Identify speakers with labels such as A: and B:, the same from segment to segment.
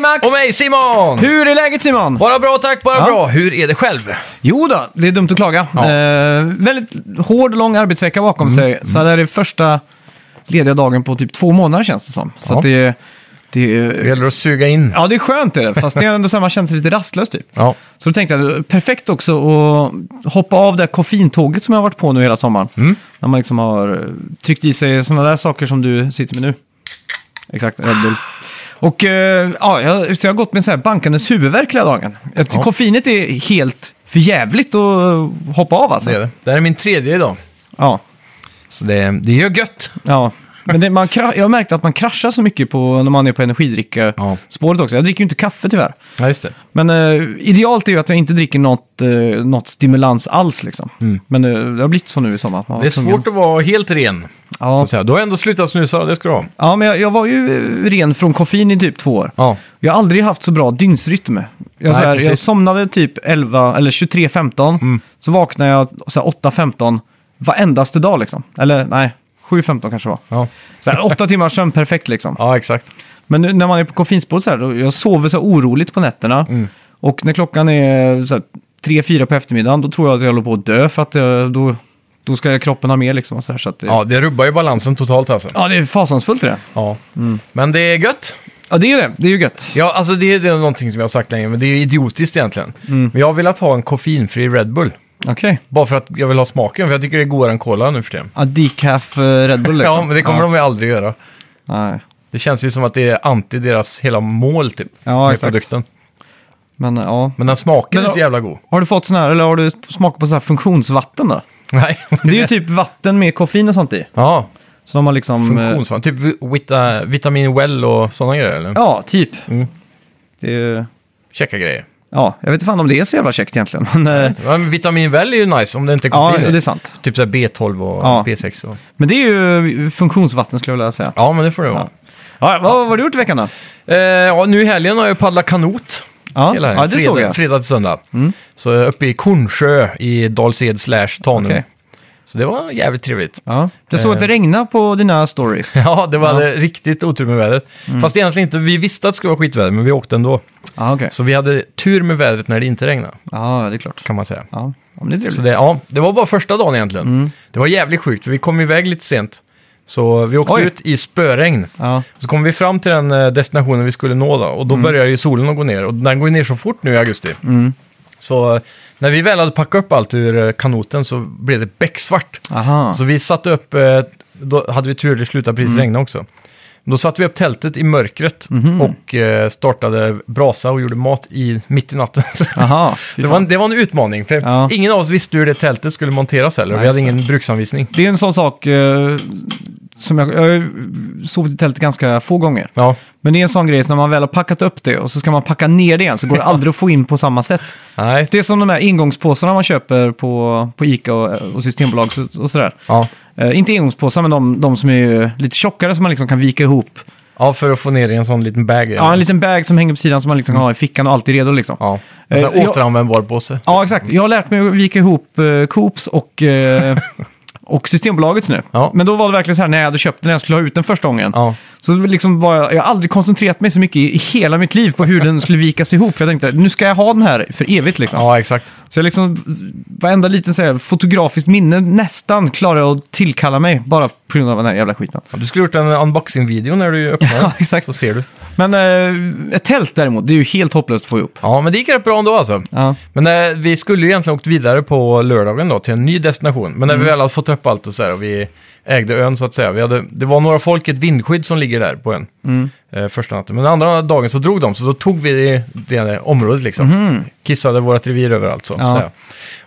A: Max!
B: Och Eh. mig Simon!
A: Hur är läget Simon?
B: Bara bra tack, bara
A: Ja.
B: bra. Hur är det själv?
A: Jo då, det är dumt att klaga.
B: Ja.
A: Eh, väldigt hård och lång arbetsvecka bakom sig. Så det här är första lediga dagen på typ två månader känns det som. Så
B: Ja.
A: att det, är- det,
B: Det
A: är-
B: gäller att suga in.
A: ja, det är skönt är det, fast det är ändå så här, man känner sig lite rastlös typ.
B: Ja.
A: Så då tänkte jag, perfekt också att hoppa av det här koffeintåget som jag har varit på nu hela sommaren. När man liksom har eh, tryckt i sig sådana där saker som du sitter med nu. Exakt, Red Bull. Och eh, ja, jag, så jag har gått med så här bankandes huvudvärk hela dagen. Jag,
B: Ja.
A: Koffeinet är helt för jävligt att hoppa av alltså.
B: Det är det. Det här är min tredje idag.
A: Ja,
B: Så det, det gör gött.
A: ja. Men det, man, kra- jag har märkt att man kraschar så mycket på, när man är på
B: Ja.
A: energidricka-spåret också. Jag dricker ju inte kaffe tyvärr.
B: Ja, just det.
A: Men eh, idealt är ju att jag inte dricker något, eh, något stimulans alls. Liksom. Men eh, det har blivit så nu i sommar. att man
B: Mm. Det är
A: var tvungen.
B: svårt att vara helt ren. Så
A: Ja,
B: att säga. Du har ändå slutat snusa, det ska du ha.
A: ja men jag, jag var ju eh, ren från koffein i typ två år.
B: Ja.
A: Jag har aldrig haft så bra dygnsrytm. Jag,
B: Nej,
A: så här, jag
B: precis. Mm.
A: somnade typ 11 eller 23.15. Så vaknade jag så här 8.15 varendaste dag liksom. Eller nej, 7.15 kanske det var.
B: Ja,
A: Så här, åtta timmar sömn perfekt liksom.
B: ja exakt.
A: Men nu när man är på koffeinspåret så här, då, jag sover så här oroligt på nätterna. Och när klockan är så här, tre, fyra på eftermiddagen, då tror jag att jag håller på att dö för att eh, då, då ska kroppen ha mer liksom. Och så här, så att, det-
B: Ja, det rubbar ju balansen totalt alltså.
A: ja, det är fasansfullt det.
B: Ja. Men det är gött.
A: Ja, det är det. Det är ju gött.
B: Ja, alltså det är det är någonting som jag har sagt länge, men det är ju idiotiskt egentligen. Men jag har velat ha en koffeinfri Red Bull.
A: Okej.
B: Bara för att jag vill ha smaken, för jag tycker det är godare än cola nu för tiden.
A: Ja, decaf eh, Red Bull liksom.
B: Ja, men det kommer de ju aldrig göra.
A: Nej.
B: Det känns ju som att det är anti deras hela mål typ.
A: Ja,
B: med
A: exakt.
B: produkten.
A: Men eh, ja.
B: Men den smaken
A: Men
B: är så
A: då-
B: jävla god.
A: Har du fått sån här, eller har du smakat på så här funktionsvatten då?
B: Nej.
A: Det är ju typ vatten med koffein och sånt i.
B: Ja,
A: Så de har liksom... eh,
B: funktionsvan. Typ vita, vitamin well och sådana grejer eller?
A: Ja, typ.
B: Mm.
A: Det är, ju-
B: Käcka grejer.
A: ja, jag vet inte fan om det är så jävla käckt egentligen. Men, eh,
B: Ja, men vitamin well är ju nice om det inte är
A: ja,
B: koffein i.
A: det är sant.
B: Typ så här B12 och
A: Ja.
B: B6 och...
A: Men det är ju funktionsvatten skulle jag vilja säga.
B: Ja, men det får det vara.
A: Ja, vad vad har du gjort i veckan då?
B: Ja, ja nu i helgen har jag paddlat kanot.
A: Ja,
B: Hela helgen.
A: ja det
B: fredag,
A: såg jag. Mm.
B: Fredag till söndag. Så jag är uppe i Kornsjö i Dals-Ed slash Tanum.
A: Okej.
B: Så det var jävligt trevligt.
A: Ja. Jag såg att
B: Eh.
A: det regnade på dina stories.
B: Ja, det var
A: Ja. Mm.
B: riktigt otur med vädret. Fast egentligen inte, vi visste att det skulle vara skitväder, men vi åkte ändå.
A: Ja, okej.
B: Så vi hade tur med vädret när det inte regnade,
A: Ja, det är klart.
B: kan man säga.
A: Ja, ja men det är
B: Så
A: trevligt.
B: det, ja, det var bara första dagen egentligen.
A: Mm.
B: Det var jävligt sjukt, för vi kom iväg lite sent. Så vi åkte
A: Oj.
B: ut i spöregn.
A: Ja,
B: Så kom vi fram till den eh, destinationen vi skulle nå då, och då
A: Mm.
B: började ju solen att gå ner. Och den går ju ner så fort nu i augusti. Så eh, när vi väl hade packat upp allt ur eh, kanoten så blev det becksvart.
A: aha.
B: Så vi satte upp, eh, då hade vi tur, det slutade
A: Mm.
B: precis regna också. Då satte vi upp tältet i mörkret
A: Mhm.
B: och eh, startade brasa och gjorde mat i, mitt i natten.
A: aha. Fy
B: det,
A: fan.
B: var en, det var en utmaning, för
A: Ja.
B: ingen av oss visste hur det tältet skulle monteras heller.
A: Nej,
B: vi hade
A: just det.
B: ingen bruksanvisning.
A: Det är en sån sak eh, som jag... Jag har ju sovit i tält ganska få gånger.
B: Ja,
A: Men det är en sån grej, så när man väl har packat upp det och så ska man packa ner det igen så går det aldrig att få in på samma sätt.
B: nej.
A: Det är som de här ingångspåsarna man köper på, på Ica och, och Systembolag och, och sådär.
B: Ja.
A: Eh, inte engångspåsar, men de, de som är lite tjockare som man liksom kan vika ihop.
B: ja, för att få ner i en sån liten bag.
A: Ja, en liten bag som hänger på sidan som man liksom kan ha i fickan och alltid redo liksom. Ja.
B: ja. En sån här
A: Eh, jag-
B: återanvändbar påse.
A: exakt. Jag har lärt mig att vika ihop eh, Coops och, eh, och Systembolagets nu.
B: Ja.
A: Men då var det verkligen så här när jag hade köpt den, jag skulle ha ut den första gången.
B: Ja.
A: Så liksom var jag, jag har aldrig koncentrerat mig så mycket i, i hela mitt liv på hur den skulle vikas ihop. För jag tänkte, nu ska jag ha den här för evigt liksom.
B: ja, exakt.
A: Så jag liksom, varenda liten så här, fotografiskt minne nästan klarar jag att tillkalla mig bara på grund av den här jävla skiten.
B: Ja, Du skulle gjort en unboxing-video när du öppnade
A: Ja, exakt.
B: så ser du.
A: Men eh, ett tält däremot, det är ju helt hopplöst att få ihop.
B: Ja, men det gick rätt bra ändå alltså.
A: Ja,
B: Men eh, vi skulle ju egentligen åkt vidare på lördagen då till en ny destination. Men när vi väl hade fått upp allt och så här och vi ägde ön så att säga. Vi hade, det var några folk i ett vindskydd som ligger där på ön
A: Mm.
B: eh, första natten. Men den andra dagen så drog de, så då tog vi det, det området liksom. Kissade vårt revir överallt så att
A: Ja.
B: säga.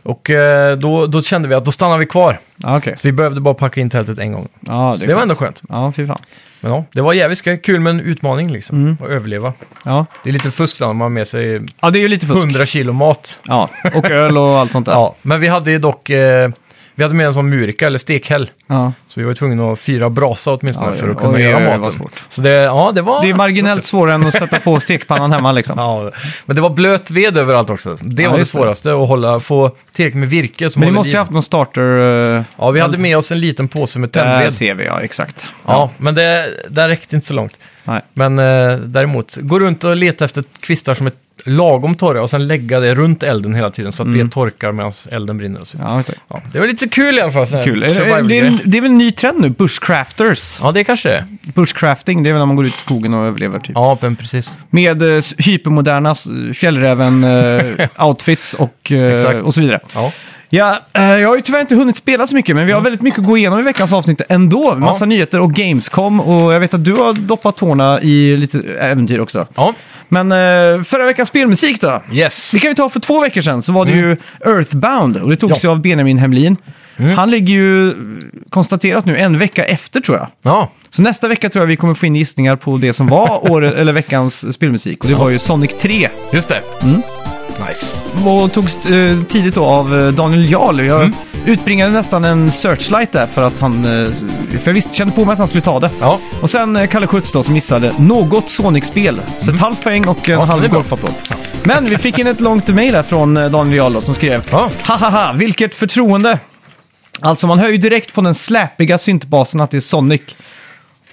B: Och eh, då, då kände vi att då stannar vi kvar.
A: ja okej.
B: Så vi behövde bara packa in tältet en gång.
A: Ja,
B: Så det var ändå skönt.
A: Ja, fy fan.
B: Men ja, det var jävligt ska- kul med en utmaning liksom. Att överleva.
A: Ja.
B: Det är lite fusk då när man har med sig
A: ja, det är ju lite fusk.
B: 100 kilo mat.
A: Ja, och öl och allt sånt där.
B: Ja, men vi hade ju dock eh, vi hade med en sån murika eller stekhäll.
A: Ja.
B: Så vi var ju tvungna att fyra brasa åtminstone
A: Ja, ja.
B: för att kunna
A: Oj,
B: göra
A: oj, oj,
B: maten.
A: vad svårt.
B: Så det, ja, det var...
A: Det är marginellt svårare än att sätta på stekpannan hemma liksom.
B: Ja, men det var blöt ved överallt också. Det
A: Ja,
B: var det
A: just det.
B: svåraste, att hålla, få tillräckligt med virke som
A: Men ni
B: håller
A: måste ju
B: liv.
A: haft någon starter... eh,
B: Ja, vi hade med oss en liten påse med
A: Där
B: tändved.
A: ser vi, ja exakt.
B: Ja, men det, där räckte inte så långt.
A: Nej.
B: Men eh, däremot, gå runt och leta efter kvistar som är lagom torra och sen lägga det runt elden hela tiden så att
A: Mm.
B: det torkar medan elden brinner. Och så.
A: Ja, exakt.
B: Ja, det var lite kul i alla fall. sån här
A: Kul. Är det, är, det,
B: survival-grej.
A: är en- det är väl en ny trend nu, bushcrafters.
B: Ja, det kanske det är.
A: Bushcrafting, det är väl när man går ut i skogen och överlever typ.
B: Ja, men precis.
A: Med eh, s- hypermoderna s- fjällräven-outfits och, eh,
B: Exakt.
A: och så vidare.
B: Ja.
A: Ja, eh, jag har ju tyvärr inte hunnit spela så mycket, men vi har väldigt mycket att gå igenom i veckans avsnitt ändå. Massa
B: Mm. Ja.
A: nyheter och Gamescom och jag vet att du har doppat tårna i lite äventyr också.
B: ja,
A: Men eh, förra veckans spelmusik då?
B: yes.
A: Det kan vi ta för två veckor sedan så var det ju Earthbound och det togs ju
B: Mm. Ja. Mm.
A: av Benjamin Hemlin. Han ligger ju eh, konstaterat nu en vecka efter tror jag.
B: Ja,
A: Så nästa vecka tror jag vi kommer få in gissningar på det som var år, eller veckans spelmusik. Och det var ju Sonic 3.
B: just det. Nice.
A: Och togs eh, tidigt då av eh, Daniel Jarl. Jag utbringade nästan en searchlight där för att han... eh, för jag visste, kände på mig att han skulle ta det.
B: Ja,
A: Och sen eh, Kalle Schütz då som missade något Sonic-spel. Så ett halvt poäng och eh, en
B: Mhm. Ja, det
A: halv
B: är bra.
A: golfapplåd. Men vi fick in ett långt mejl här från eh, Daniel Jarl då, som skrev
B: Ja.
A: Hahaha, vilket förtroende! Alltså man hör ju direkt på den släpiga syntbasen att det är Sonic.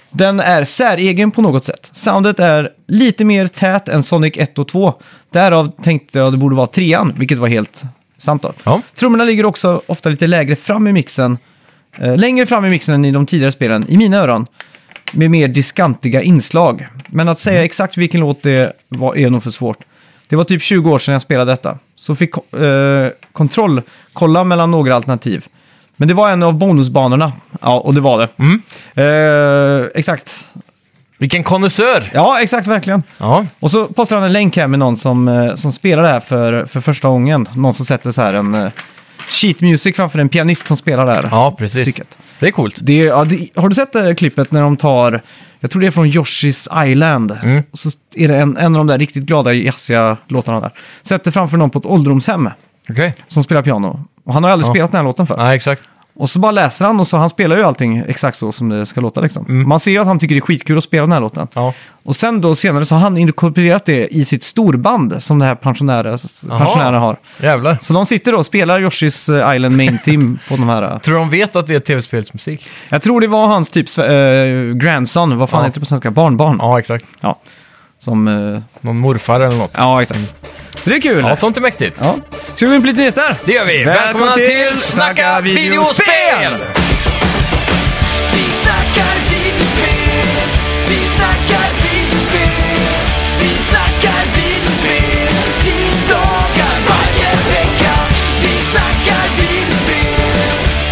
A: Den är säregen på något sätt. Soundet är lite mer tät än Sonic 1 och 2. Därav tänkte jag det borde vara trean, vilket var helt sant då.
B: Ja.
A: Trummorna ligger också ofta lite lägre fram i mixen. Eh, längre fram i mixen än i de tidigare spelen, i mina öron. Med mer diskantiga inslag. Men att säga exakt vilken låt det var är nog för svårt. Det var typ 20 år sedan jag spelade detta. Så fick eh, kontroll kolla mellan några alternativ. Men det var en av bonusbanorna. Ja, och det var det. Eh, exakt.
B: vilken konnässör.
A: Ja, exakt, verkligen.
B: Ja,
A: Och så postar han en länk här med någon som, eh, som spelar det här för, för första gången. Någon som sätter så här en eh, sheet music framför en pianist som spelar det här
B: ja precis.
A: stycket.
B: Det är coolt.
A: Det, är- ja, det, har du sett det här klippet när de tar, jag tror det är från Yoshi's Island,
B: Mm.
A: och så är det en, en av de där riktigt glada jazziga låtarna där. Sätter framför någon på ett ålderdomshem
B: Okej.
A: som spelar piano. Och han har aldrig
B: Ja.
A: spelat den här låten förr.
B: Nej, exakt.
A: Och så bara läser han och så han spelar ju allting exakt så som det ska låta liksom.
B: Mm.
A: Man ser ju att han tycker det är skitkul att spela den här låten.
B: Ja.
A: Och sen då senare så har han inkorporerat det i sitt storband som det här pensionärer,
B: Jaha.
A: pensionärer har.
B: Jävlar.
A: Så de sitter då och spelar Yoshi's eh, Island Main Theme på de här. eh.
B: Tror de vet att det är tv-spelsmusik?
A: Jag tror det var hans typ eh, grandson, vad fan
B: Ja.
A: heter det på svenska? Barnbarn. Ja.
B: Ja, exakt.
A: Som, eh,
B: Någon morfar eller något.
A: ja exakt. Så det är kul.
B: Ja, sånt är mäktigt.
A: Ja. Ska vi gå in på lite nyheter?
B: Det gör vi.
A: Välkomna
B: Välkomna,
A: till
B: till
A: Snacka
B: Snacka
A: videospel!
B: videospel!
C: Vi snackar videospel, vi snackar videospel, vi snackar videospel, tisdagar varje vecka. Vi snackar videospel,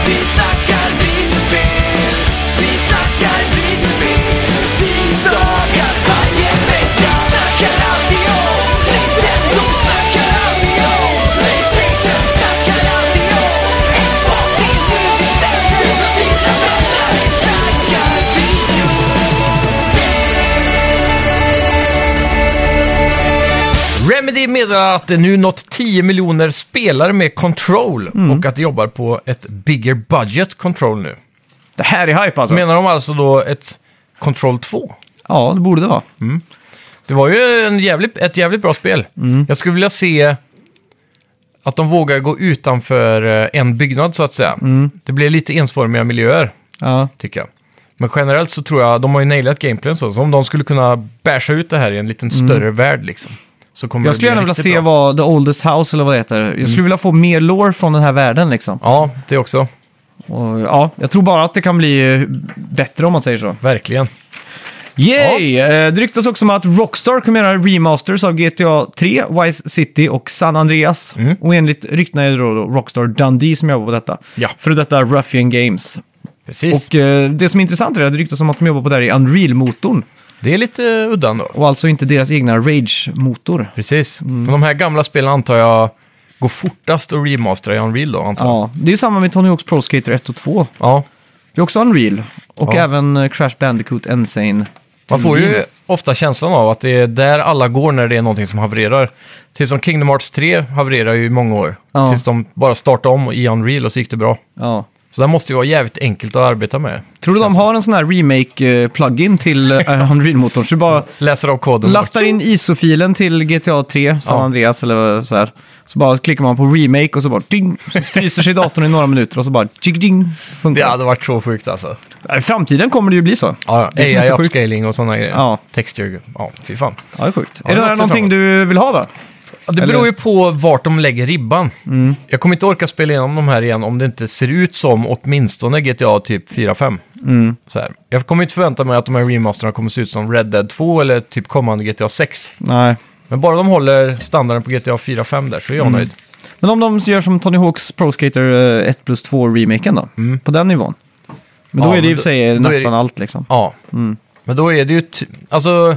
C: vi snackar videospel, vi snackar videospel, tisdagar varje vecka. Vi snackar alltid om Nintendo, snackar alltid om Playstation, snackar alltid om Xbox, det är nu vi sänder, mina vänner. Vi snackar videospel.
B: Remedy meddelar att det nu nått 10 miljoner spelare med Control och att de jobbar på ett bigger budget Control nu.
A: Det här är hype alltså.
B: Menar de alltså då ett Control 2?
A: Ja, det borde det vara.
B: Det var ju en jävligt, ett jävligt bra spel.
A: Mm.
B: Jag skulle vilja se att de vågar gå utanför eh, en byggnad så att säga.
A: Mm.
B: Det blir lite ensformiga miljöer,
A: Ja.
B: tycker jag. Men generellt så tror jag, de har ju nailat gameplayen så, så om de skulle kunna basha ut det här i en liten större värld liksom. Så kommer
A: Mm. Jag
B: det
A: skulle
B: bli
A: gärna vilja
B: riktigt
A: se
B: bra.
A: vad
B: Mm.
A: The Oldest House eller vad det heter. Jag skulle vilja få mer lore från den här världen liksom.
B: Ja, det också.
A: Och, ja, jag tror bara att det kan bli eh, bättre om man säger så.
B: Verkligen.
A: Yay! Eh, Det ryktas också om att Rockstar kommer göra remasters av GTA 3, Vice City och San Andreas. Och enligt ryktena är det då då Rockstar Dundee som jobbar på detta.
B: Ja.
A: För detta Ruffian Games.
B: Precis.
A: Och eh, det som är intressant är att det ryktas om att de jobbar på det här i Unreal-motorn.
B: det är lite eh, udda ändå.
A: Och alltså inte deras egna Rage-motor.
B: Precis.
A: Mm.
B: Men de här gamla spelen antar jag går fortast att remastera i Unreal då, antar jag.
A: Ja, det är ju samma med Tony Hawk's Pro Skater 1 och 2.
B: ja.
A: Det är också Unreal. Och
B: Ja.
A: även eh, Crash Bandicoot Insane.
B: Man får
A: Teorin.
B: ju ofta känslan av att det är där alla går när det är någonting som havererar. Typ som Kingdom Hearts 3 havererar ju i många år.
A: Ja.
B: Tills de bara startade om i Unreal och så gick det bra.
A: Ja.
B: Så det måste ju vara jävligt enkelt att arbeta med.
A: Tror du de har en sån här remake-plugin till eh, Unreal-motorn? Så du bara
B: Läser av koden.
A: lastar in ISO-filen till GTA 3, San
B: Ja.
A: Andreas eller så här. Så bara klickar man på remake och så bara ding, så fryser sig datorn i några minuter och så bara ding, ding
B: Det
A: funkar.
B: hade varit så sjukt alltså.
A: I framtiden kommer det ju bli så.
B: Ja,
A: Det som är
B: AI
A: så sjukt.
B: upscaling och sådana grejer.
A: Ja.
B: Texture, ja, fy fan.
A: Ja, det är sjukt.
B: Ja,
A: är det
B: det
A: här
B: låter
A: någonting du vill ha då?
B: Ja, Det
A: Eller- Mm.
B: beror ju på vart de lägger ribban. Jag kommer inte orka spela igenom de här igen om det inte ser ut som åtminstone GTA typ 4-5.
A: Mm.
B: Så här. Jag kommer inte förvänta mig att de här remasterna kommer se ut som Red Dead 2 eller typ kommande GTA 6.
A: Nej.
B: Men bara de håller standarden på GTA 4-5 där så är jag
A: Mm.
B: nöjd.
A: Men om de gör som Tony Hawks Pro Skater eh, 1 plus 2-remaken då? På den nivån? Men då
B: Mm. Ja,
A: är det
B: men
A: ju i och för
B: då-
A: sig
B: då är
A: nästan
B: det-
A: allt liksom.
B: Ja. Men då är det ju... Ty- alltså,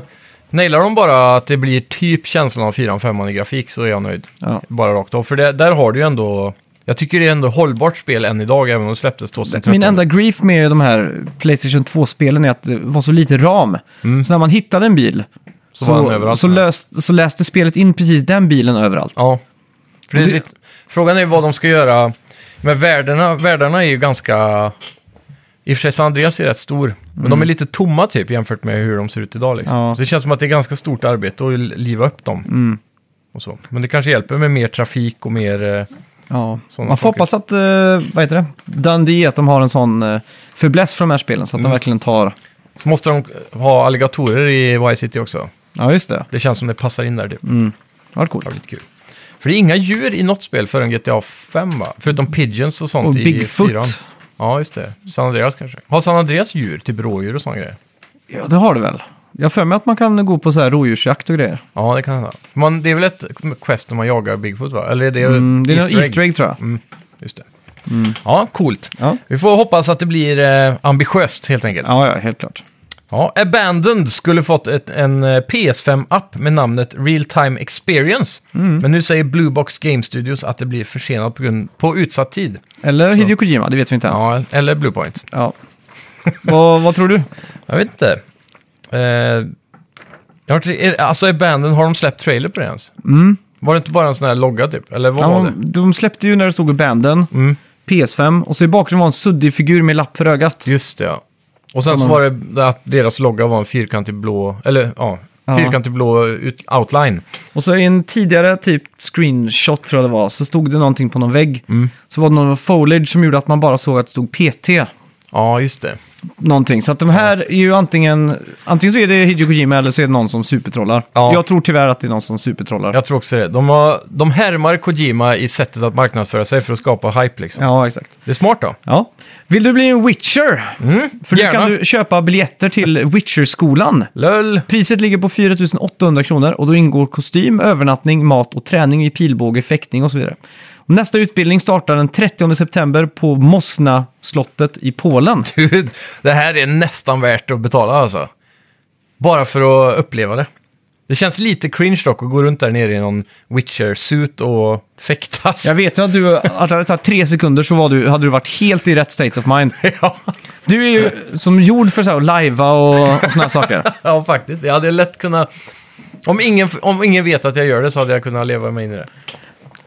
B: nailar de bara att det blir typ känslan av 4-5 i grafik så är jag nöjd.
A: Ja.
B: Bara rakt av. För det, där har du ju ändå... Jag tycker det är ändå hållbart spel än idag, även om det släpptes 2013.
A: Min enda grief med de här Playstation 2-spelen är att det var så lite ram. Så när man hittade en bil så,
B: Mm. var den överallt.
A: så, löst, så läste spelet in precis den bilen överallt.
B: Ja. För det är
A: Och det-
B: lite, frågan är vad de ska göra. Men världarna, världarna är ju ganska... I och för sig, San Andreas är rätt stor. Men de är lite tomma typ jämfört med hur de ser ut idag. Liksom.
A: Ja.
B: Så det känns som att det är ganska stort arbete att liva upp dem. Och så. Men det kanske hjälper med mer trafik och mer... eh,
A: Ja.
B: Sådana
A: Man får
B: saker.
A: hoppas att, eh, vad heter det, Dundee, att de har en sån uh, fäbless för de här spelen så
B: Mm.
A: att de verkligen tar...
B: Så måste de ha alligatorer i Vice City också.
A: Ja, just det.
B: Det känns som det passar in där typ.
A: Vad
B: Det var
A: coolt.
B: lite kul. För det är inga djur i något spel förrän GTA 5 va? Förutom pigeons och sånt
A: Och
B: i
A: Bigfoot.
B: fyran. Ja, just det. San Andreas kanske. Har San Andreas djur? Typ rådjur och såna grejer?
A: Ja, det har du väl? Jag har för mig att man kan gå på så här rådjursjakt och grejer.
B: Ja, det kan hända. Man, det är väl ett quest när man jagar Bigfoot va? Eller är det
A: Mm, det är
B: Eh, Easter
A: Easter,
B: egg?
A: Easter egg tror jag.
B: Just det. Ja, coolt.
A: Ja.
B: Vi får hoppas att det blir eh, ambitiöst helt enkelt.
A: Ja, ja, helt klart.
B: Ja, Abandoned skulle fått ett, en eh, PS5-app med namnet Real Time Experience.
A: Mm.
B: Men nu säger Blue Box Game Studios att det blir försenat på, grund, på utsatt tid.
A: Eller Hideo Kojima, det vet vi inte än. Ja.
B: Ja, eller Bluepoint.
A: vad, vad tror du?
B: Jag vet inte. Eh, jag har, tre- är- alltså Abandoned, har de släppt trailer på det ens? Var det inte bara en sån här logga typ? Eller vad var
A: Mm. Ja,
B: det? Mm.
A: de släppte ju när det stod banden, PS5, och så i bakgrunden var en suddig figur med lapp för ögat.
B: Just det, ja. Och sen
A: Som
B: så
A: en-
B: var det att deras logga var en fyrkantig blå, eller ja,
A: Ja.
B: fyrkantig blå ut, outline.
A: Och så i en tidigare typ screenshot tror jag det var, så stod det någonting på någon vägg.
B: Mm.
A: Så var det någon foliage som gjorde att man bara såg att det stod PT.
B: Ja, just det.
A: Någonting. Så att de här är ju antingen, antingen så är det Hideo Kojima eller så är det någon som supertrollar.
B: Ja.
A: Jag tror tyvärr att det är någon som supertrollar.
B: Jag tror också det. De, har, de härmar Kojima i sättet att marknadsföra sig för att skapa hype liksom.
A: Ja, exakt.
B: Det är smart då. Mm,
A: Ja. Vill du bli en Witcher? För nu
B: gärna.
A: kan du köpa biljetter till Witcher-skolan.
B: LÖL!
A: Priset ligger på 4 800 kronor och då ingår kostym, övernattning, mat och träning i pilbåge, fäktning och så vidare. Och nästa utbildning startar den 30 september på Mosna-slottet i Polen.
B: Gud, det här är nästan värt att betala alltså. Bara för att uppleva det. Det känns lite cringe dock att gå runt där nere i någon Witcher-suit och fäktas.
A: Jag vet ju att du, att det hade tagit tre sekunder så var du, hade du varit helt i rätt state of mind.
B: ja.
A: Du är ju som gjord för så här att lajva och, och sådana saker.
B: ja, faktiskt. Jag hade lätt kunnat... Om ingen, om ingen vet att jag gör det så hade jag kunnat leva mig in i det.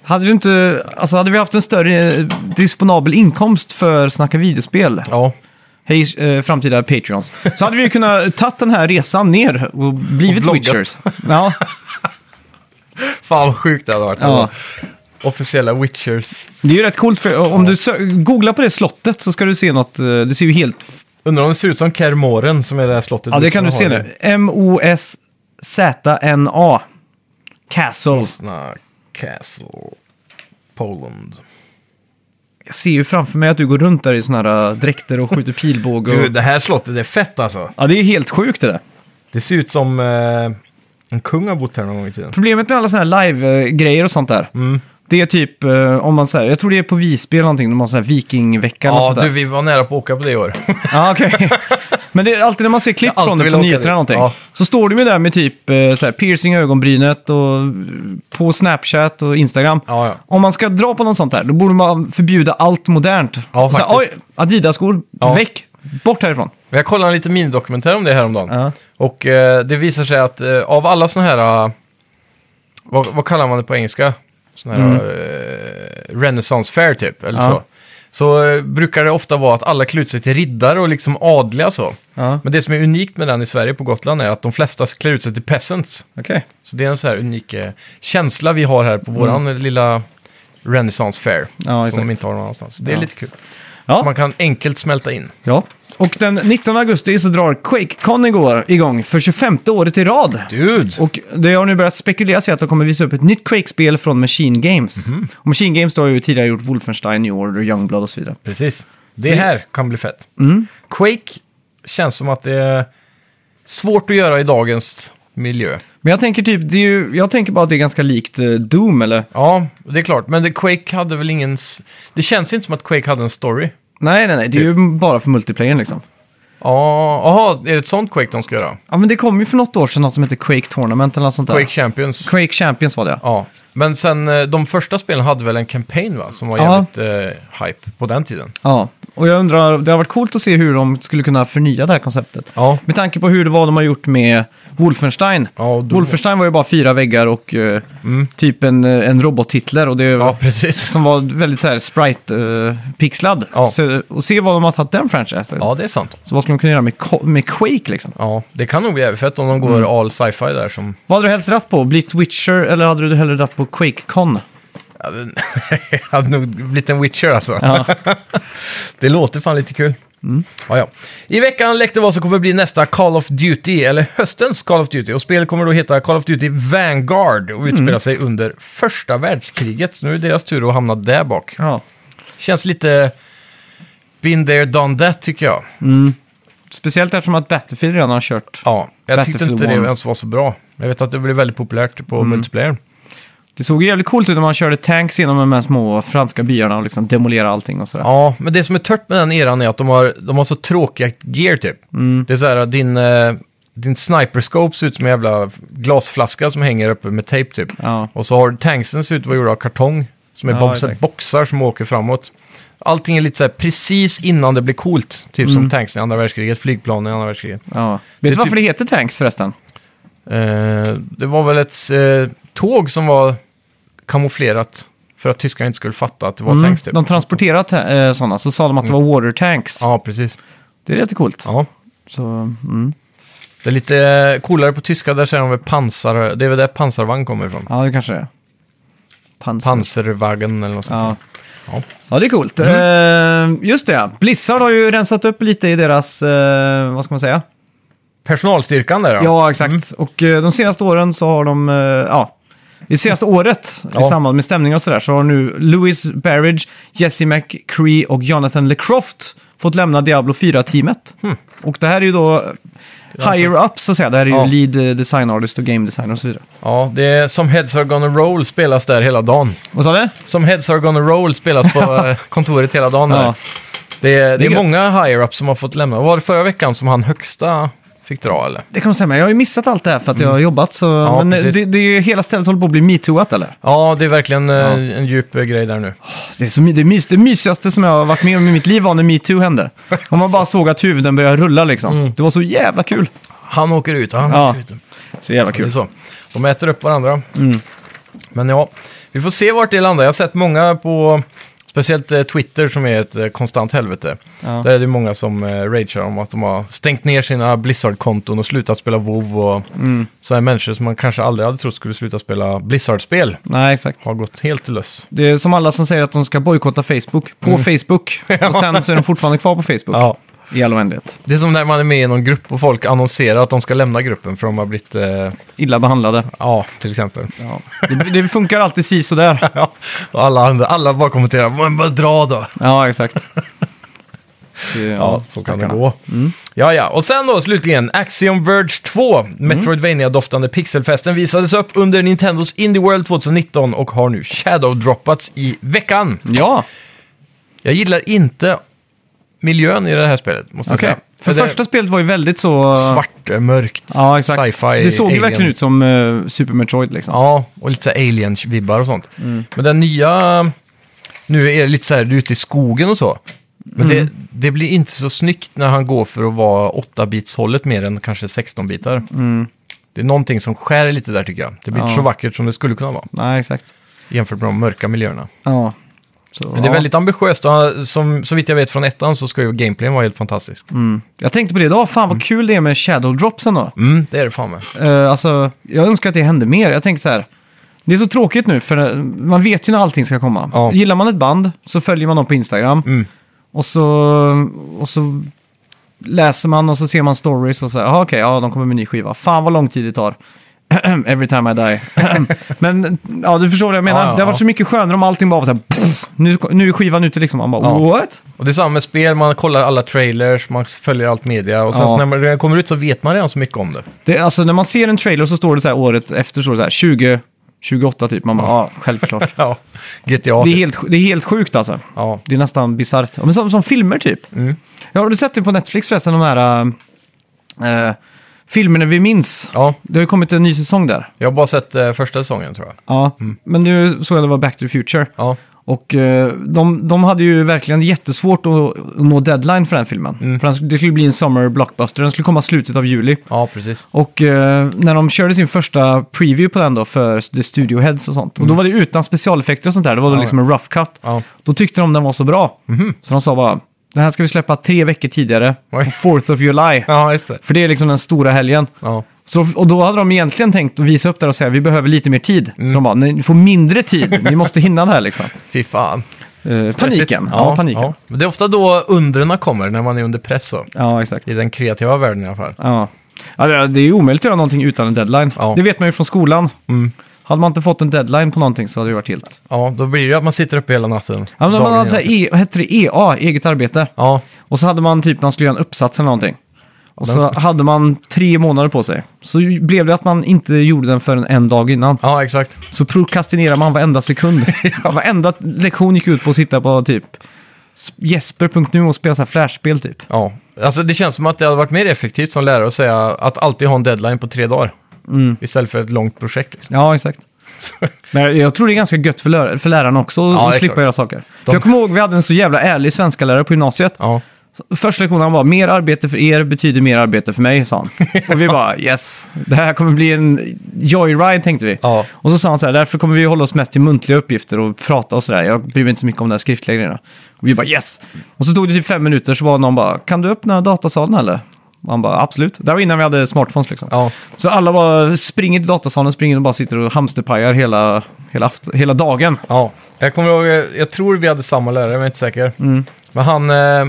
A: Hade, du inte, alltså hade vi haft en större eh, disponabel inkomst för Snacka videospel,
B: Ja,
A: hej eh, framtida Patreons, så hade vi ju kunnat tagit den här resan ner och blivit
B: vloggat.
A: Witchers. Ja.
B: fan vad sjukt det hade varit.
A: Ja.
B: Officiella Witchers.
A: Det är ju rätt coolt, för eh, om du sö- googlar på det slottet så ska du se något, eh, det ser ju helt...
B: Undrar om det ser ut som Kermoren som är det här slottet.
A: Ja, det kan du se
B: Har
A: nu. M-O-S-Z-N-A. Castle.
B: Sna Castle. Poland.
A: Jag ser ju framför mig att du går runt där i såna här eh, dräkter och skjuter pilbåge.
B: Du,
A: Och...
B: det här slottet är fett alltså.
A: Ja, det är helt sjukt det där.
B: Det ser ut som eh, en kung har bott här någon gång i tiden.
A: Problemet med alla såna här live-grejer och sånt där, det är typ eh, om man säger, jag tror det är på Visby eller någonting, de har sån här vikingvecka eller
B: Ja,
A: sånt där.
B: du, vi var nära på att åka på det i år.
A: Ja, okej. Men det är alltid när man ser klipp
B: Jag har
A: från
B: alltid
A: det på
B: velat åka
A: nyheterna eller
B: dit.
A: någonting.
B: Ja.
A: Så står de ju där med typ eh, så här, piercing i ögonbrynet och eh, på Snapchat och Instagram.
B: Ja, ja.
A: Om man ska dra på något sånt här, då borde man förbjuda allt modernt.
B: Ja,
A: Och så här, Oj,
B: faktiskt.
A: Adidas-skor,
B: Ja.
A: väck! Bort härifrån.
B: Men jag kollade en liten minidokumentär om det häromdagen.
A: Ja.
B: Och eh, det visar sig att eh, av alla sådana här, eh, vad, vad kallar man det på engelska? Sådana här eh, Renaissance Fair typ, eller
A: Mm. Ja.
B: så. så eh, brukar det ofta vara att alla klutar sig till riddare och liksom adliga så.
A: Ja,
B: Men det som är unikt med den i Sverige på Gotland är att de flesta klär ut sig till peasants.
A: okej.
B: Så det är en så här unik eh, känsla vi har här på våran lilla Renaissance Fair.
A: Mm. Ja,
B: som
A: exakt.
B: de inte har någon annanstans. Så Det är
A: Ja.
B: lite kul.
A: Ja.
B: Man kan enkelt smälta in.
A: Ja. Och den 19 augusti så drar Quake-Con igår igång för 25 året i rad.
B: Dude!
A: Och det har nu börjat spekuleras i att de kommer visa upp ett nytt Quake-spel från Machine Games.
B: Mhm.
A: Och Machine Games då har ju tidigare gjort Wolfenstein, New Order, Youngblood och så vidare.
B: Precis. Det
A: Mm.
B: här kan bli fett. Quake känns som att det är svårt att göra i dagens miljö.
A: Men jag tänker typ, det är ju, jag tänker bara att det är ganska likt eh, Doom eller?
B: Ja, det är klart. Men det, Quake hade väl ingen... s- Det känns inte som att Quake hade en story.
A: Nej, nej, nej, det är ju
B: Typ.
A: bara för multiplayer liksom.
B: Ja, Jaha, är det ett sånt Quake de ska göra?
A: Ja, men det kom ju för något år sedan något som heter Quake Tournament eller något sånt där.
B: Quake Champions?
A: Quake Champions var det ja.
B: Ja, men sen eh, de första spelen hade väl en campaign va? Som var
A: Ja.
B: jävligt eh, hype på den tiden.
A: ja. Och jag undrar, det har varit coolt att se hur de skulle kunna förnya det här konceptet.
B: Ja,
A: Med tanke på hur det var de har gjort med Wolfenstein.
B: ja, och då...
A: Wolfenstein var ju bara fyra väggar och eh,
B: Mm.
A: typ en, eh, en robot-Hitler och det
B: ja precis.
A: som var väldigt så här sprite-pixlad.
B: Ja.
A: Så, och se vad de har tagit den franchisen.
B: Ja, det är sant.
A: Så vad skulle de kunna göra med, Ko- med Quake liksom?
B: Ja, Mm. det kan nog bli jävligt fett om de går all sci-fi där som...
A: Vad hade du helst dratt på? Blivit Witcher eller hade du hellre dratt på Quake-Con?
B: Ja, den- hade nog blivit en Witcher alltså.
A: Ja. Mm.
B: Det låter fan lite kul. Ja, ja. I veckan läckte vad som kommer bli nästa Call of Duty, eller höstens Call of Duty. Och spelet kommer då heta Call of Duty Vanguard och
A: Mm.
B: utspela sig under första världskriget. Så nu är det deras tur att hamna där bak.
A: ja.
B: Känns lite been there, done that tycker jag.
A: Speciellt eftersom att Battlefield redan har kört.
B: Ja, jag tyckte
A: Battlefield
B: inte det
A: One.
B: ens var så bra. Jag vet att det blev väldigt populärt
A: Mm.
B: på multiplayer.
A: Det såg ju jävligt coolt ut när man körde tanks genom de här små franska byarna och liksom demolera allting och sådär.
B: Ja, men det som är tört med den eran är att de har, de har så tråkiga gear typ.
A: Mm.
B: Det är så här att din, eh, din sniperscope ser ut som en jävla glasflaska som hänger uppe med tejp typ.
A: Ja.
B: Och så har tanksen ser ut att vara gjorda av kartong som är
A: Ja,
B: box-
A: exakt.
B: boxar som åker framåt. Allting är lite så här precis innan det blir coolt. Typ
A: Mm.
B: som tanksen i andra världskriget, flygplanen i andra världskriget.
A: Ja. Vet
B: Det
A: du
B: är
A: varför
B: typ-
A: det heter tanks förresten?
B: Eh, det var väl ett eh, tåg som var kamouflerat för att tyskarna inte skulle fatta att det var tanks typ.
A: Mm,
B: Mm.
A: De transporterade ta- eh, sådana, så sa de att det var water tanks.
B: Ja, precis.
A: Det är jättecoolt.
B: Ja.
A: Så, mm.
B: Det är lite eh, coolare på tyska, där säger de väl pansar... Det är väl där pansarvagn kommer ifrån.
A: ja, det kanske det är. Pansar.
B: Pansarvagn eller något sånt.
A: Ja.
B: Ja.
A: Ja, det är coolt. Eh, just det, ja. Blizzard har ju rensat upp lite i deras, eh, vad ska man säga?
B: Personalstyrkan där
A: Ja,
B: då?
A: exakt. Och eh, de senaste åren så har de, eh, ja, i senaste året i
B: Ja.
A: samband med stämningar och sådär så har nu Louis Barrage, Jesse McCree och Jonathan LeCroft fått lämna Diablo 4-teamet. Och det här är ju då higher up så att säga. Det här är ju
B: Ja.
A: lead eh, design artist och game designer och så vidare.
B: Ja, det är som Heads Are Gonna Roll spelas där hela dagen.
A: Vad sa du?
B: Som Heads Are Gonna Roll spelas på eh, kontoret hela dagen där.
A: Ja.
B: Det, är, det,
A: Det är
B: är
A: gött.
B: många higher-ups som har fått lämna. Var det förra veckan som han högsta fick dra eller?
A: Det kan stämma. Jag har ju missat allt det här för att jag har jobbat. Så, men eh,
B: precis.
A: det, det är ju hela stället håller på att bli metooat eller?
B: Ja, det är verkligen eh, en djup eh, grej där nu.
A: Det, är så, my- det, mys, det mysigaste som jag har varit med om i mitt liv var när metoo hände. Om man bara såg att huvuden började rulla liksom.
B: Mm.
A: Det var så jävla kul.
B: Han åker ut, han
A: Ja.
B: åker ut.
A: Så jävla
B: Det är
A: kul.
B: så. De äter upp varandra.
A: Mm.
B: Men ja, vi får se vart det landar. Jag har sett många på, speciellt eh, Twitter som är ett eh, konstant helvete.
A: Ja.
B: Där är det många som eh, ragear om att de har stängt ner sina Blizzard-konton och slutat spela WoW och
A: Mm.
B: så här människor som man kanske aldrig hade trott skulle sluta spela Blizzard-spel
A: Nej, exakt.
B: har gått helt till löss.
A: Det är som alla som säger att de ska bojkotta Facebook på Facebook. Och sen så är de fortfarande kvar på Facebook.
B: Mm. Ja.
A: I all oändlighet.
B: Det är som när man är med i någon grupp och folk annonserar att de ska lämna gruppen för de har blivit, eh,
A: Illa behandlade.
B: ja, till exempel.
A: Det, det funkar alltid si sådär.
B: Ja. Och alla, andra, alla bara kommenterar, men bara dra då.
A: Ja, exakt. Det- Mm.
B: Ja, så kan det
A: stackarna.
B: gå. Ja, ja. Och sen då slutligen, Axiom Verge 2, Metroidvania-doftande pixelfesten, visades upp under Nintendos Indie World 2019 och har nu shadow-droppats i veckan.
A: Ja,
B: Jag gillar inte miljön i det här spelet, måste jag
A: okej.
B: säga.
A: För
B: Alltså, det är
A: första spelet var ju väldigt så...
B: Svart, mörkt,
A: Ja, exakt.
B: sci-fi,
A: det såg ju
B: alien.
A: verkligen ut som eh, Super Metroid liksom.
B: Ja, och lite så här alien-vibbar och sånt.
A: Mm.
B: Men den nya... Nu är det lite så här, du är ute i skogen och så. Men det,
A: Mm.
B: det blir inte så snyggt när han går för att vara 8-bitshållet mer än kanske 16-bitar. Det är någonting som skär lite där tycker jag. Det blir
A: Mm. Ja.
B: inte så vackert som det skulle kunna vara
A: Nej, exakt.
B: jämfört med de mörka miljöerna.
A: Ja. Så,
B: Men det är
A: ja.
B: väldigt ambitiöst och som, så vitt jag vet från ettan så ska ju gameplayen vara helt fantastisk.
A: Mm. Jag tänkte på det idag, fan vad kul det är med shadow drops ändå.
B: Mm, det är det fan med.
A: Eh, alltså, jag önskar att det hände mer. Jag tänker så här, det är så tråkigt nu för eh, man vet ju när allting ska komma.
B: Ja.
A: Gillar man ett band så följer man dem på Instagram
B: Mm.
A: och, så, och så läser man och så ser man stories och så här, "Jaha, okej, ja de kommer med en ny skiva. Fan vad lång tid det tar. Every time I die. Men ja, du förstår vad jag menar.
B: Ja, ja,
A: det har varit
B: ja.
A: så mycket skönare om allting bara var så här, pff, nu, nu är skivan ute liksom. Man bara,
B: Ja.
A: what?
B: Och det är samma med spel, man kollar alla trailers, man följer allt media och sen
A: Ja.
B: så när man- det kommer ut så vet man redan så mycket om det.
A: Det, alltså när man ser en trailer så står det så här året efter, så, är det så här 20, 28 typ. Man bara, ja, självklart.
B: Ja, GTA.
A: Det är,
B: typ.
A: helt, det är helt sjukt alltså.
B: Ja.
A: Det är nästan bisarrt. Ja, Men som, som filmer typ.
B: Mm.
A: Ja, har du sett det på Netflix förresten? De här äh, äh, filmerna vi minns.
B: ja,
A: Det har ju kommit en ny säsong där.
B: jag har bara sett eh, första säsongen tror jag.
A: Ja. Men nu såg jag det var Back to the Future.
B: Ja,
A: Och eh, de, de hade ju verkligen jättesvårt att, att nå deadline för den filmen. För den, sk- det skulle bli en summer blockbuster. Den skulle komma slutet av juli.
B: ja precis.
A: Och eh, när de körde sin första preview på den då för The Studio Heads och sånt. Och då var det utan specialeffekter och sånt där. Det var då
B: Mm. Ja,
A: liksom en rough cut.
B: Ja. Mhm.
A: Då tyckte de den var så bra. Så de sa bara, den här ska vi släppa tre veckor tidigare,
B: Oj.
A: på 4th of July.
B: ja, just det.
A: För det är liksom den stora helgen.
B: Ja.
A: Så, och då hade de egentligen tänkt att visa upp det och säga vi behöver lite mer tid.
B: Mm.
A: Så de bara, nej, ni får mindre tid, ni måste hinna det här liksom.
B: Fy fan.
A: Eh, paniken.
B: Stressigt.
A: Ja, paniken. Ja,
B: Men det är ofta då undrena kommer, när man är under press. Så.
A: exakt.
B: I den kreativa världen i alla fall.
A: Ja. Ja, det- det är ju omöjligt att göra någonting utan en deadline.
B: Ja. Mm.
A: Det vet man ju från skolan. Hade man inte fått en deadline på någonting så hade det varit helt...
B: Ja, då blir det ju att man sitter uppe hela natten.
A: Ja, men man
B: dagen
A: hade så här,
B: innan.
A: e, vad hette det, EA, eget arbete.
B: ja,
A: Och så hade man typ, man skulle göra en uppsats eller någonting. Och
B: Den-
A: så hade man tre månader på sig. Så ju- blev det att man inte gjorde den förrän en dag innan.
B: ja, exakt.
A: Så prokrastinerade man varenda sekund. Varenda lektion gick ut på att sitta på typ s- jesper.nu och spela så här flashspel typ.
B: Ja. Alltså, det känns som att det hade varit mer effektivt som lärare att säga att alltid ha en deadline på tre dagar.
A: Mm.
B: Istället för ett långt projekt. Liksom.
A: Ja, exakt. Men jag tror det är ganska gött för, lär- för lärarna också
B: Ja, det
A: att
B: är
A: slippa
B: klart.
A: göra saker. För
B: De-
A: jag kommer ihåg vi hade en så jävla ärlig svenska lärare på gymnasiet.
B: Ja.
A: Första lektionen han bara, mer arbete för er betyder mer arbete för mig, sa han. Och vi bara, yes, det här kommer bli en joyride, tänkte vi.
B: Ja.
A: Och så sa han så här, därför kommer vi hålla oss mest till muntliga uppgifter och prata och sådär. Jag bryr mig inte så mycket om de här skriftliga grejerna. Och vi bara, yes! Och så tog det typ fem minuter, så var någon bara, kan du öppna datasalen eller? Och han bara, absolut. Det här var innan vi hade smartphones liksom.
B: Ja.
A: Så alla bara springer till datasalen, springer och bara sitter och hamsterpajar hela, hela, aft- hela dagen.
B: Ja, jag kommer ihåg, eh, jag tror vi hade samma lärare, men jag är inte säker. Men han, eh,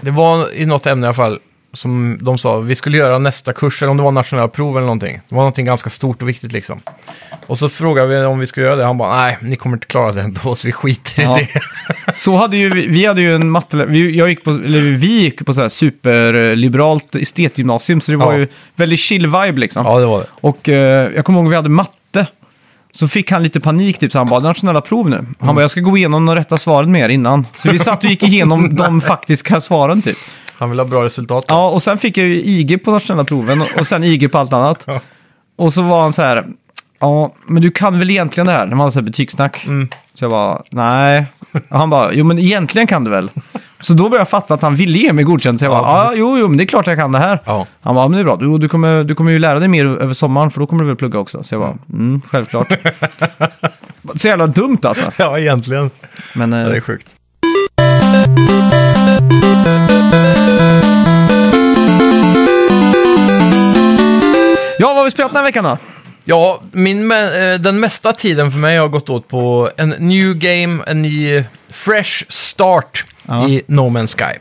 B: det var i något ämne i alla fall, som de sa, vi skulle göra nästa kurs, eller om det var nationella prov eller någonting. Det var någonting ganska stort och viktigt liksom. Och så frågade vi om vi skulle göra det, han bara, nej, ni kommer inte klara det ändå, så vi skiter i
A: Ja.
B: det.
A: Så hade ju vi, vi hade ju en mattelä- vi, jag gick på, eller vi gick på så här superliberalt estetgymnasium, så det var
B: Ja.
A: ju väldigt chill vibe liksom.
B: Ja, det var det.
A: Och eh, jag kommer ihåg vi hade matte, så fick han lite panik typ, så han bara “nationella prov nu”. Han
B: Mm.
A: bara “jag ska gå igenom de rätta svaren med er innan”. Så vi satt och gick igenom de faktiska svaren typ.
B: Han ville ha bra resultat. då.
A: Ja, och sen fick jag ju IG på nationella proven och- och sen IG på allt annat. Och så var han så här, ja, men du kan väl egentligen det här? När man hade så här betygssnack.
B: Mm.
A: Så jag bara, nej. Och han bara, jo men egentligen kan du väl? Så då började jag fatta att han ville ge mig godkänt. Så jag bara, ja, jo, jo, men det är klart jag kan det här.
B: Ja.
A: Han bara, men det är bra. Du, du, kommer, du kommer ju lära dig mer över sommaren, för då kommer du väl plugga också. Så jag bara, mm, självklart. så jävla dumt alltså.
B: ja egentligen.
A: Men, eh,
B: Ja, det är sjukt.
A: ja, vad har vi spelat den här veckan då?
B: Ja, min, me- eh, den mesta tiden för mig har gått åt på en new game, en ny fresh start
A: Ja. Mm.
B: i No Man's Sky.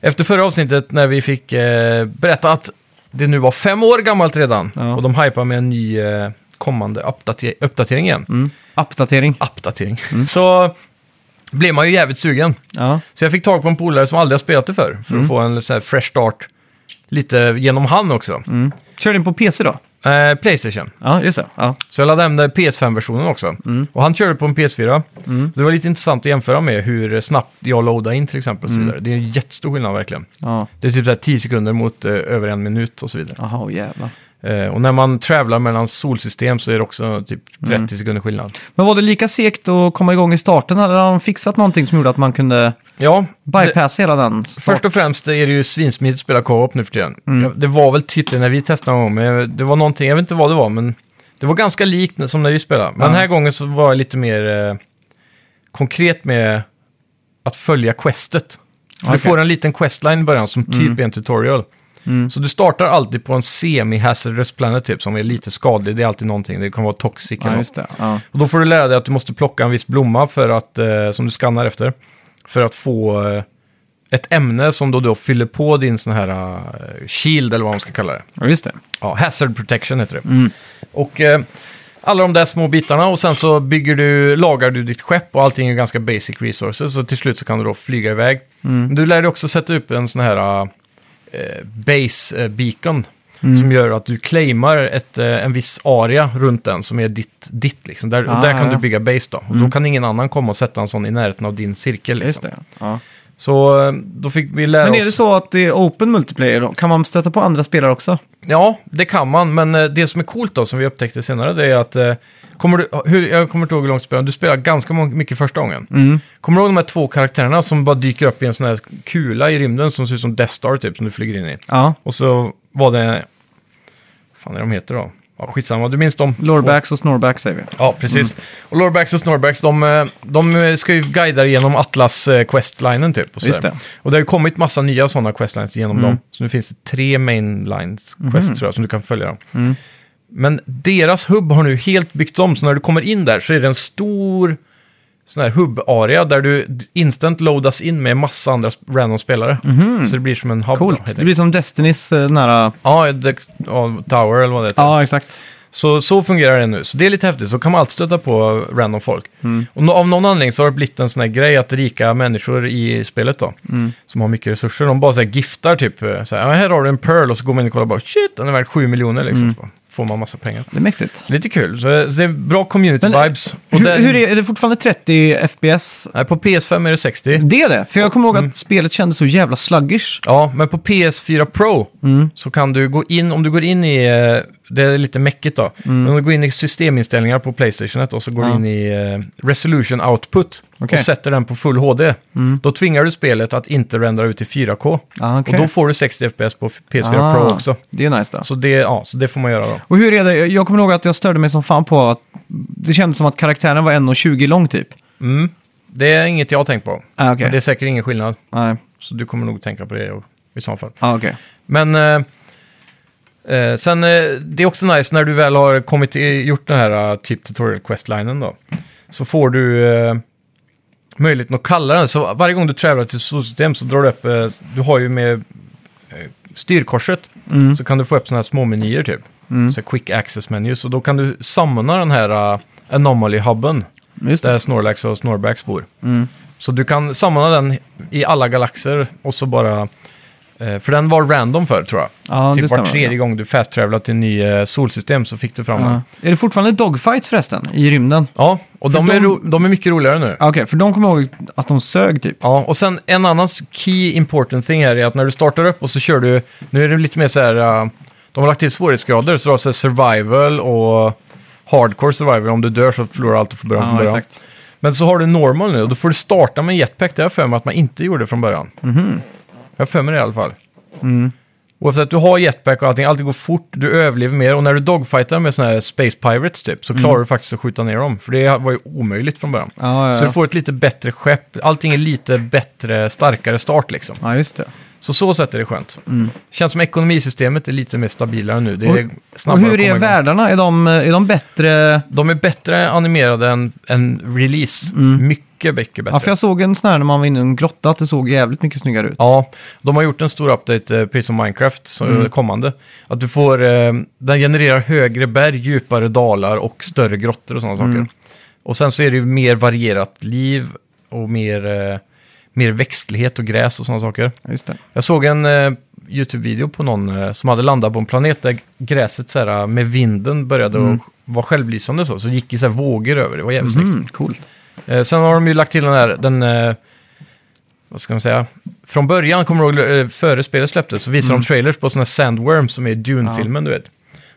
B: Efter förra avsnittet när vi fick eh, berätta att det nu var fem år gammalt redan
A: Ja.
B: och de hypar med en ny eh, kommande uppdate- uppdatering igen.
A: Mm. Uppdatering.
B: Uppdatering.
A: Mm.
B: Så blev man ju jävligt sugen.
A: Ja.
B: Så jag fick tag på en polare som aldrig har spelat det förr,
A: Mm.
B: för att få en sån här fresh start lite genom han också.
A: Kör den på PC då?
B: Eh, Playstation.
A: Ja, just det. Ja.
B: Så jag laddade hem den PS5-versionen också. Och han körde på en PS4. Så det var lite intressant att jämföra med hur snabbt jag loadade in till exempel. Och så vidare. Det är en jättestor skillnad verkligen.
A: ja.
B: Det är typ så här 10 sekunder mot eh, över en minut och så vidare.
A: Jaha, oh, jävlar.
B: Eh, och när man travlar mellan solsystem så är det också typ 30 sekunder skillnad.
A: Men var det lika segt att komma igång i starten eller har de fixat någonting som gjorde att man kunde
B: Ja, det,
A: bypassa hela den? start-
B: först och främst är det ju svinsmidigt att spela co-op nu för tiden.
A: Mm.
B: Ja, Det var väl typ det när vi testade någon gång, men det var någonting, jag vet inte vad det var, men det var ganska likt som när vi spelade. Men den här gången så var jag lite mer eh, konkret med att följa questet. För
A: Okej. Mm.
B: Du får en liten questline i början som typ är en tutorial. Så du startar alltid på en semi-hazardous planet typ, som är lite skadlig. Det är alltid någonting. Det kan vara toxic eller
A: Ja,
B: något.
A: just det. Ja.
B: Och då får du lära dig att du måste plocka en viss blomma för att, eh, som du skannar efter. För att få eh, ett ämne som då, då fyller på din sån här eh, shield eller vad man ska kalla det.
A: ja, just det.
B: Ja, hazard protection heter det.
A: Mm.
B: Och eh, alla de där små bitarna och sen så bygger du, lagar du ditt skepp och allting är ganska basic resources. Så till slut så kan du då flyga iväg.
A: Mm.
B: Men Du lär dig också sätta upp en sån här eh, base eh, beacon.
A: Mm.
B: Som gör att du claimar ett, eh, en viss area runt den som är ditt. ditt liksom. där,
A: Ah,
B: och där kan
A: ja. Mm.
B: du bygga base då. Och då kan ingen annan komma och sätta en sån i närheten av din cirkel.
A: Just
B: Liksom.
A: det. Ja.
B: Så eh, då fick vi lära
A: Men
B: oss...
A: är det så att det är open multiplayer då? Kan man stöta på andra spelare också?
B: Ja, det kan man, men eh, det som är coolt då, som vi upptäckte senare, det är att... eh, Kommer du, hur, jag kommer inte ihåg hur långt du spelar, du spelar ganska mång- mycket första gången. Kommer du ihåg de här två karaktärerna som bara dyker upp i en sån här kula i rymden som ser ut som Death Star typ, som du flyger in i?
A: Ja.
B: Och så var det... Vad fan är de heter då? Ja, skitsamma, du minns dem?
A: Lorebacks och Snorebacks säger vi.
B: Ja, precis.
A: Mm.
B: Och Lorebacks och Snorbacks, de, eh, de ska ju guida dig genom Atlas eh, questlinen typ. Och, så
A: Just
B: där.
A: det. Mm.
B: och det har ju kommit massa nya sådana questlines genom dem. Så nu finns det tre mainlines quest tror jag som du kan följa. Dem.
A: Mm.
B: Men deras hubb har nu helt byggts om, så när du kommer in där så är det en stor sån här hubb-area där du d- instant loadas in med massa andra sp- random spelare. Så det blir som en hub. då,
A: Mhm. Coolt.
B: helt
A: Det blir som Destinys eh, nära...
B: Ja, the, ja, Tower eller vad det heter.
A: Ja, exakt.
B: Så, så fungerar det nu. Så det är lite häftigt. Så kan man alltid stöta på random folk.
A: Mm.
B: Och no- av någon anledning så har det blivit en sån här grej att rika människor i spelet då,
A: Mm.
B: som har mycket resurser, de bara så här giftar typ, så här, "Ja, här har du en pearl och så går man in och kollar bara, shit, den är värd 7 miljoner liksom.
A: Mm.
B: Så får man massa pengar.
A: Det är mäktigt.
B: Lite kul. Så, så det är bra community
A: Men, eh,
B: vibes. Och
A: Hur,
B: där-
A: hur är, är det fortfarande 30 FPS?
B: Nej, på PS5 är det 60.
A: Det är det, för jag kommer ihåg
B: Mm.
A: att spelet kändes så jävla sluggish.
B: Ja, men på PS4 Pro
A: Mm.
B: så kan du gå in, om du går in i, eh, det är lite mäckigt då, men om du går in i systeminställningar på Playstationet och så går
A: Mm. Ja.
B: du in i eh, Resolution Output
A: Okej. Mm.
B: och sätter den på full HD, då tvingar du spelet att inte rendera ut i 4K.
A: Ah, okej.
B: Och då får du 60 FPS på f- PS4
A: Ah,
B: Pro också.
A: Det är nice då.
B: Så det, ja, så det får man göra då.
A: Och hur är det, jag kommer ihåg att jag störde mig som fan på att det kändes som att karaktären var 1,20 lång typ.
B: Mm. Det är inget jag har tänkt på.
A: Ah, okej.
B: Men Det är säkert ingen skillnad,
A: Nej,
B: så du kommer nog tänka på det och- i så fall.
A: ah, okej.
B: Men eh, eh, sen, eh, det är också nice när du väl har kommit i, gjort den här eh, typ tutorial questlinen då. Så får du eh, möjligheten att kalla den. Så varje gång du trävlar till solsystem så drar du upp, eh, du har ju med eh, styrkorset
A: Mm.
B: så kan du få upp sådana här små menyer typ. Så här quick access menus. Och då kan du samla den här eh, anomaly-hubben
A: Just
B: där
A: det.
B: Snorlax och Snorbacks bor.
A: Mm.
B: Så du kan samla den i alla galaxer och så bara... eh, För den var random förr tror jag.
A: Ja, det
B: typ var
A: stämmer.
B: tredje gång du fast-travelade till en ny eh, solsystem så fick du fram
A: Ja.
B: den.
A: Ah. Är det fortfarande dogfights förresten, i rymden?
B: Ja, och
A: För
B: de, Är
A: de-
B: ro- de är mycket roligare nu.
A: Ah, Okej, för de kommer ihåg att de sög typ.
B: Ja, och sen en annan s- key important thing här är att när du startar upp och så kör du... Nu är det lite mer så här... eh, De har lagt till svårighetsgrader, så du har så här survival och hardcore survival. Om du dör så förlorar du allt och får börja om från början. Men så har du normal nu och då får du starta med en jetpack. Det har jag för mig att man inte gjorde från början. Jag har för mig det i alla fall.
A: Mm.
B: Oavsett att du har jetpack och allting, allting går fort, du överlever mer och när du dogfightar med sådana här Space Pirates typ så
A: Mm.
B: klarar du faktiskt att skjuta ner dem. För det var ju omöjligt från början.
A: Ja, ja,
B: Så du
A: ja.
B: får ett lite bättre skepp, allting är lite bättre, starkare start liksom.
A: ja, Ah, Mm. just det.
B: Så så sätt är det skönt. Känns som ekonomisystemet är lite mer stabilare nu. Det är
A: Och- Och
B: snabbare att
A: hur
B: komma
A: är
B: igång.
A: världarna? Är de, är de bättre?
B: De är bättre animerade än, än release. Mycket, mycket bättre.
A: Mm. Ja, för jag såg en sån här när man var inne i en grotta att det såg jävligt mycket snyggare ut.
B: Ja, de har gjort en stor update, eh, precis som Minecraft, som är kommande. Att du får, eh, den genererar högre berg, djupare dalar och större grottor och sådana saker. Och sen så är det ju mer varierat liv och mer, eh, mer växtlighet och gräs och sådana saker.
A: Ja, just det.
B: Jag såg en eh, YouTube-video på någon eh, som hade landat på en planet där gräset så här, eh, med vinden började att vara självlysande så, så gick i så här vågor över. Det var jävligt snyggt.
A: Mm, coolt.
B: Eh, sen har de ju lagt till den här, den, eh, vad ska man säga, från början, kommer du ihåg, eh, före spelet släpptes, så visade
A: Mm.
B: de trailers på sådana här Sandworm som är i Dune-filmen, du vet.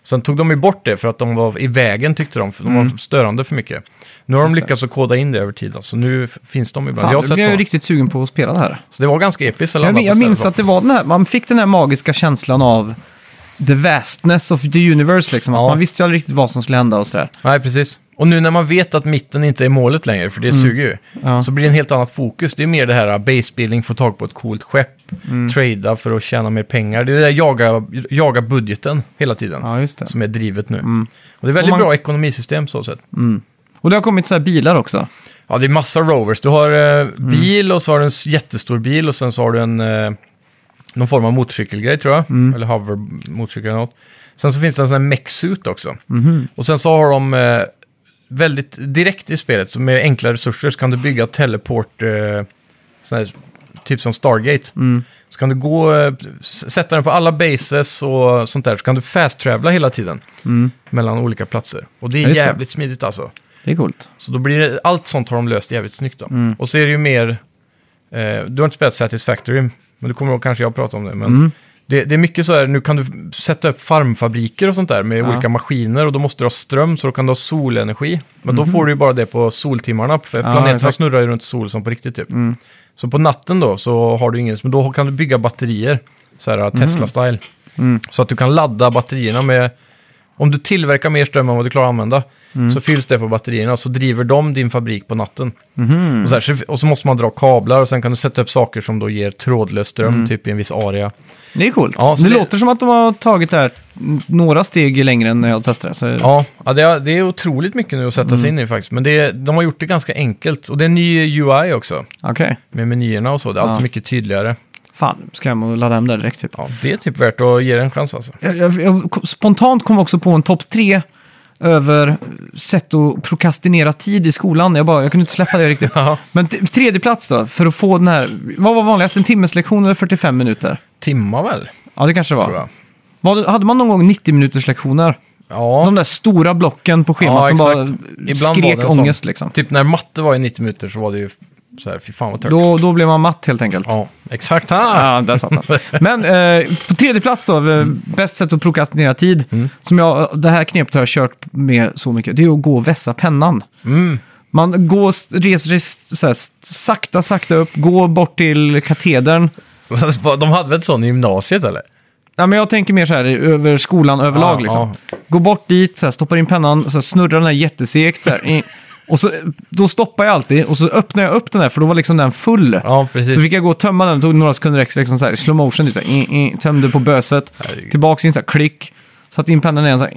B: Sen tog de ju bort det för att de var i vägen tyckte de, för de var störande för mycket. Nu har de
A: Mm. Just det.
B: lyckats att koda in det över tid, då, så nu f- finns de ibland.
A: Fan,
B: jag
A: jag
B: har
A: nu
B: sett
A: blir jag ju
B: sådana.
A: riktigt sugen på att spela det här.
B: Så det var ganska episkt. att
A: Jag,
B: landa
A: min-
B: på
A: jag
B: stället
A: minns
B: då.
A: att det var den här, man fick den här magiska känslan av the vastness of the universe liksom. Att
B: Ja.
A: man visste ju aldrig riktigt vad som skulle hända och sådär.
B: Nej, precis. Och nu när man vet att mitten inte är målet längre, för det suger ju,
A: Mm. Ja.
B: så blir det en helt annat fokus. Det är mer det här basebuilding, få tag på ett coolt skepp,
A: Mm.
B: trada för att tjäna mer pengar. Det är det där jaga, jaga budgeten hela tiden,
A: Ja, just det. Mm.
B: som är drivet nu. Och det är väldigt
A: Och man-
B: bra ekonomisystem så sett.
A: Och det har kommit så här bilar också.
B: Ja, det är massa rovers. Du har eh, bil och så har du en s- jättestor bil och sen så har du en eh, någon form av motorcykelgrej tror jag.
A: Mm.
B: Eller hover motorcykel eller något. Sen så finns det en sån här mech-suit också.
A: Mhm.
B: Och sen så har de eh, väldigt direkt i spelet, så med enkla resurser så kan du bygga teleport, eh, sån här, typ som Stargate.
A: Mm.
B: Så kan du gå, eh, s- sätta den på alla bases och sånt där, så kan du fast-travla hela tiden. Mellan olika platser. Och det
A: Mm.
B: är
A: Ja, just det.
B: jävligt smidigt alltså.
A: Det är coolt.
B: Så då blir det, allt sånt har de löst jävligt snyggt då.
A: Mm.
B: Och så är det ju mer, eh, du har inte spelat Satisfactory, men du kommer ihåg kanske jag pratade om det. Men
A: Mm.
B: det, det är mycket så här, nu kan du sätta upp farmfabriker och sånt där med
A: Ja.
B: olika maskiner och då måste du ha ström så då kan du ha solenergi. Men då får du ju bara det på soltimmarna, för planeterna
A: Mhm. exakt. Mm.
B: snurrar ju runt sol som på riktigt typ. Så på natten då så har du ingen, men då kan du bygga batterier, så här
A: Mhm.
B: Tesla-style.
A: Mm.
B: Så att du kan ladda batterierna med om du tillverkar mer ström än vad du klarar att använda
A: Mm.
B: så fylls det på batterierna och så driver de din fabrik på natten.
A: Mhm.
B: Och, så här, så- och så måste man dra kablar och sen kan du sätta upp saker som då ger trådlös ström
A: Mm.
B: typ i en viss area.
A: Det är coolt.
B: Ja, så
A: det,
B: det-
A: låter som att de har tagit det här några steg längre än när jag testade. Så...
B: Ja, ja det, är, det är otroligt mycket nu att sätta
A: Mm.
B: sig in i faktiskt. Men det, är- de har gjort det ganska enkelt. Och det är en ny UI också
A: Okej.
B: med menyerna och så. Det är
A: Ja.
B: alltid mycket tydligare.
A: Fan, ska jag hem och ladda hem det här direkt typ.
B: Ja, det är typ värt att ge det en chans alltså.
A: Jag, jag, jag, kom- spontant kom också på en topp tre över sätt att prokrastinera tid i skolan. Jag, bara, jag kunde inte släppa det riktigt.
B: Ja,
A: Men t- tredje plats då, för att få den här... Vad var vanligast, en timmes lektion eller 45 minuter?
B: timmar väl,
A: Ja, det kanske det
B: tror
A: var.
B: jag.
A: Vad, hade man någon gång 90 minuters lektioner?
B: Ja.
A: De där stora blocken på schemat
B: Ja,
A: som bara
B: exakt. Ibland var
A: skrek
B: det en sån.
A: ångest liksom.
B: Typ när matte var i 90 minuter så var det ju så här, fy fan vad tråkigt.
A: Då, då blev man matt helt enkelt.
B: Ja, exakt. Ah!
A: Ja, där satt han. Men eh, på tredje plats då, eh,
B: Mm.
A: bäst sätt att prokrastinera tid, som jag, det här knepet har jag kört med så mycket, det är att gå och vässa pennan.
B: Mm.
A: Man går, s- reser sig s- så här, s- sakta, sakta upp, går bort till katedern.
B: De hade väl ett sånt i gymnasiet eller?
A: Ja, men jag tänker mer så här över skolan överlag.
B: Ja,
A: liksom. Gå bort dit, så här, stoppar in pennan, så här, snurrar den här jättesegt. Så här, i- och så, då stoppar jag alltid och så öppnar jag upp den här för då var liksom den full.
B: Ja, precis.
A: Så fick jag gå och tömma den, tog några sekunder extra liksom så här, i slow motion, typ, så här, i, i, tömde på böset,
B: Herregud.
A: tillbaks in så här, klick, satte in pennan igen så här,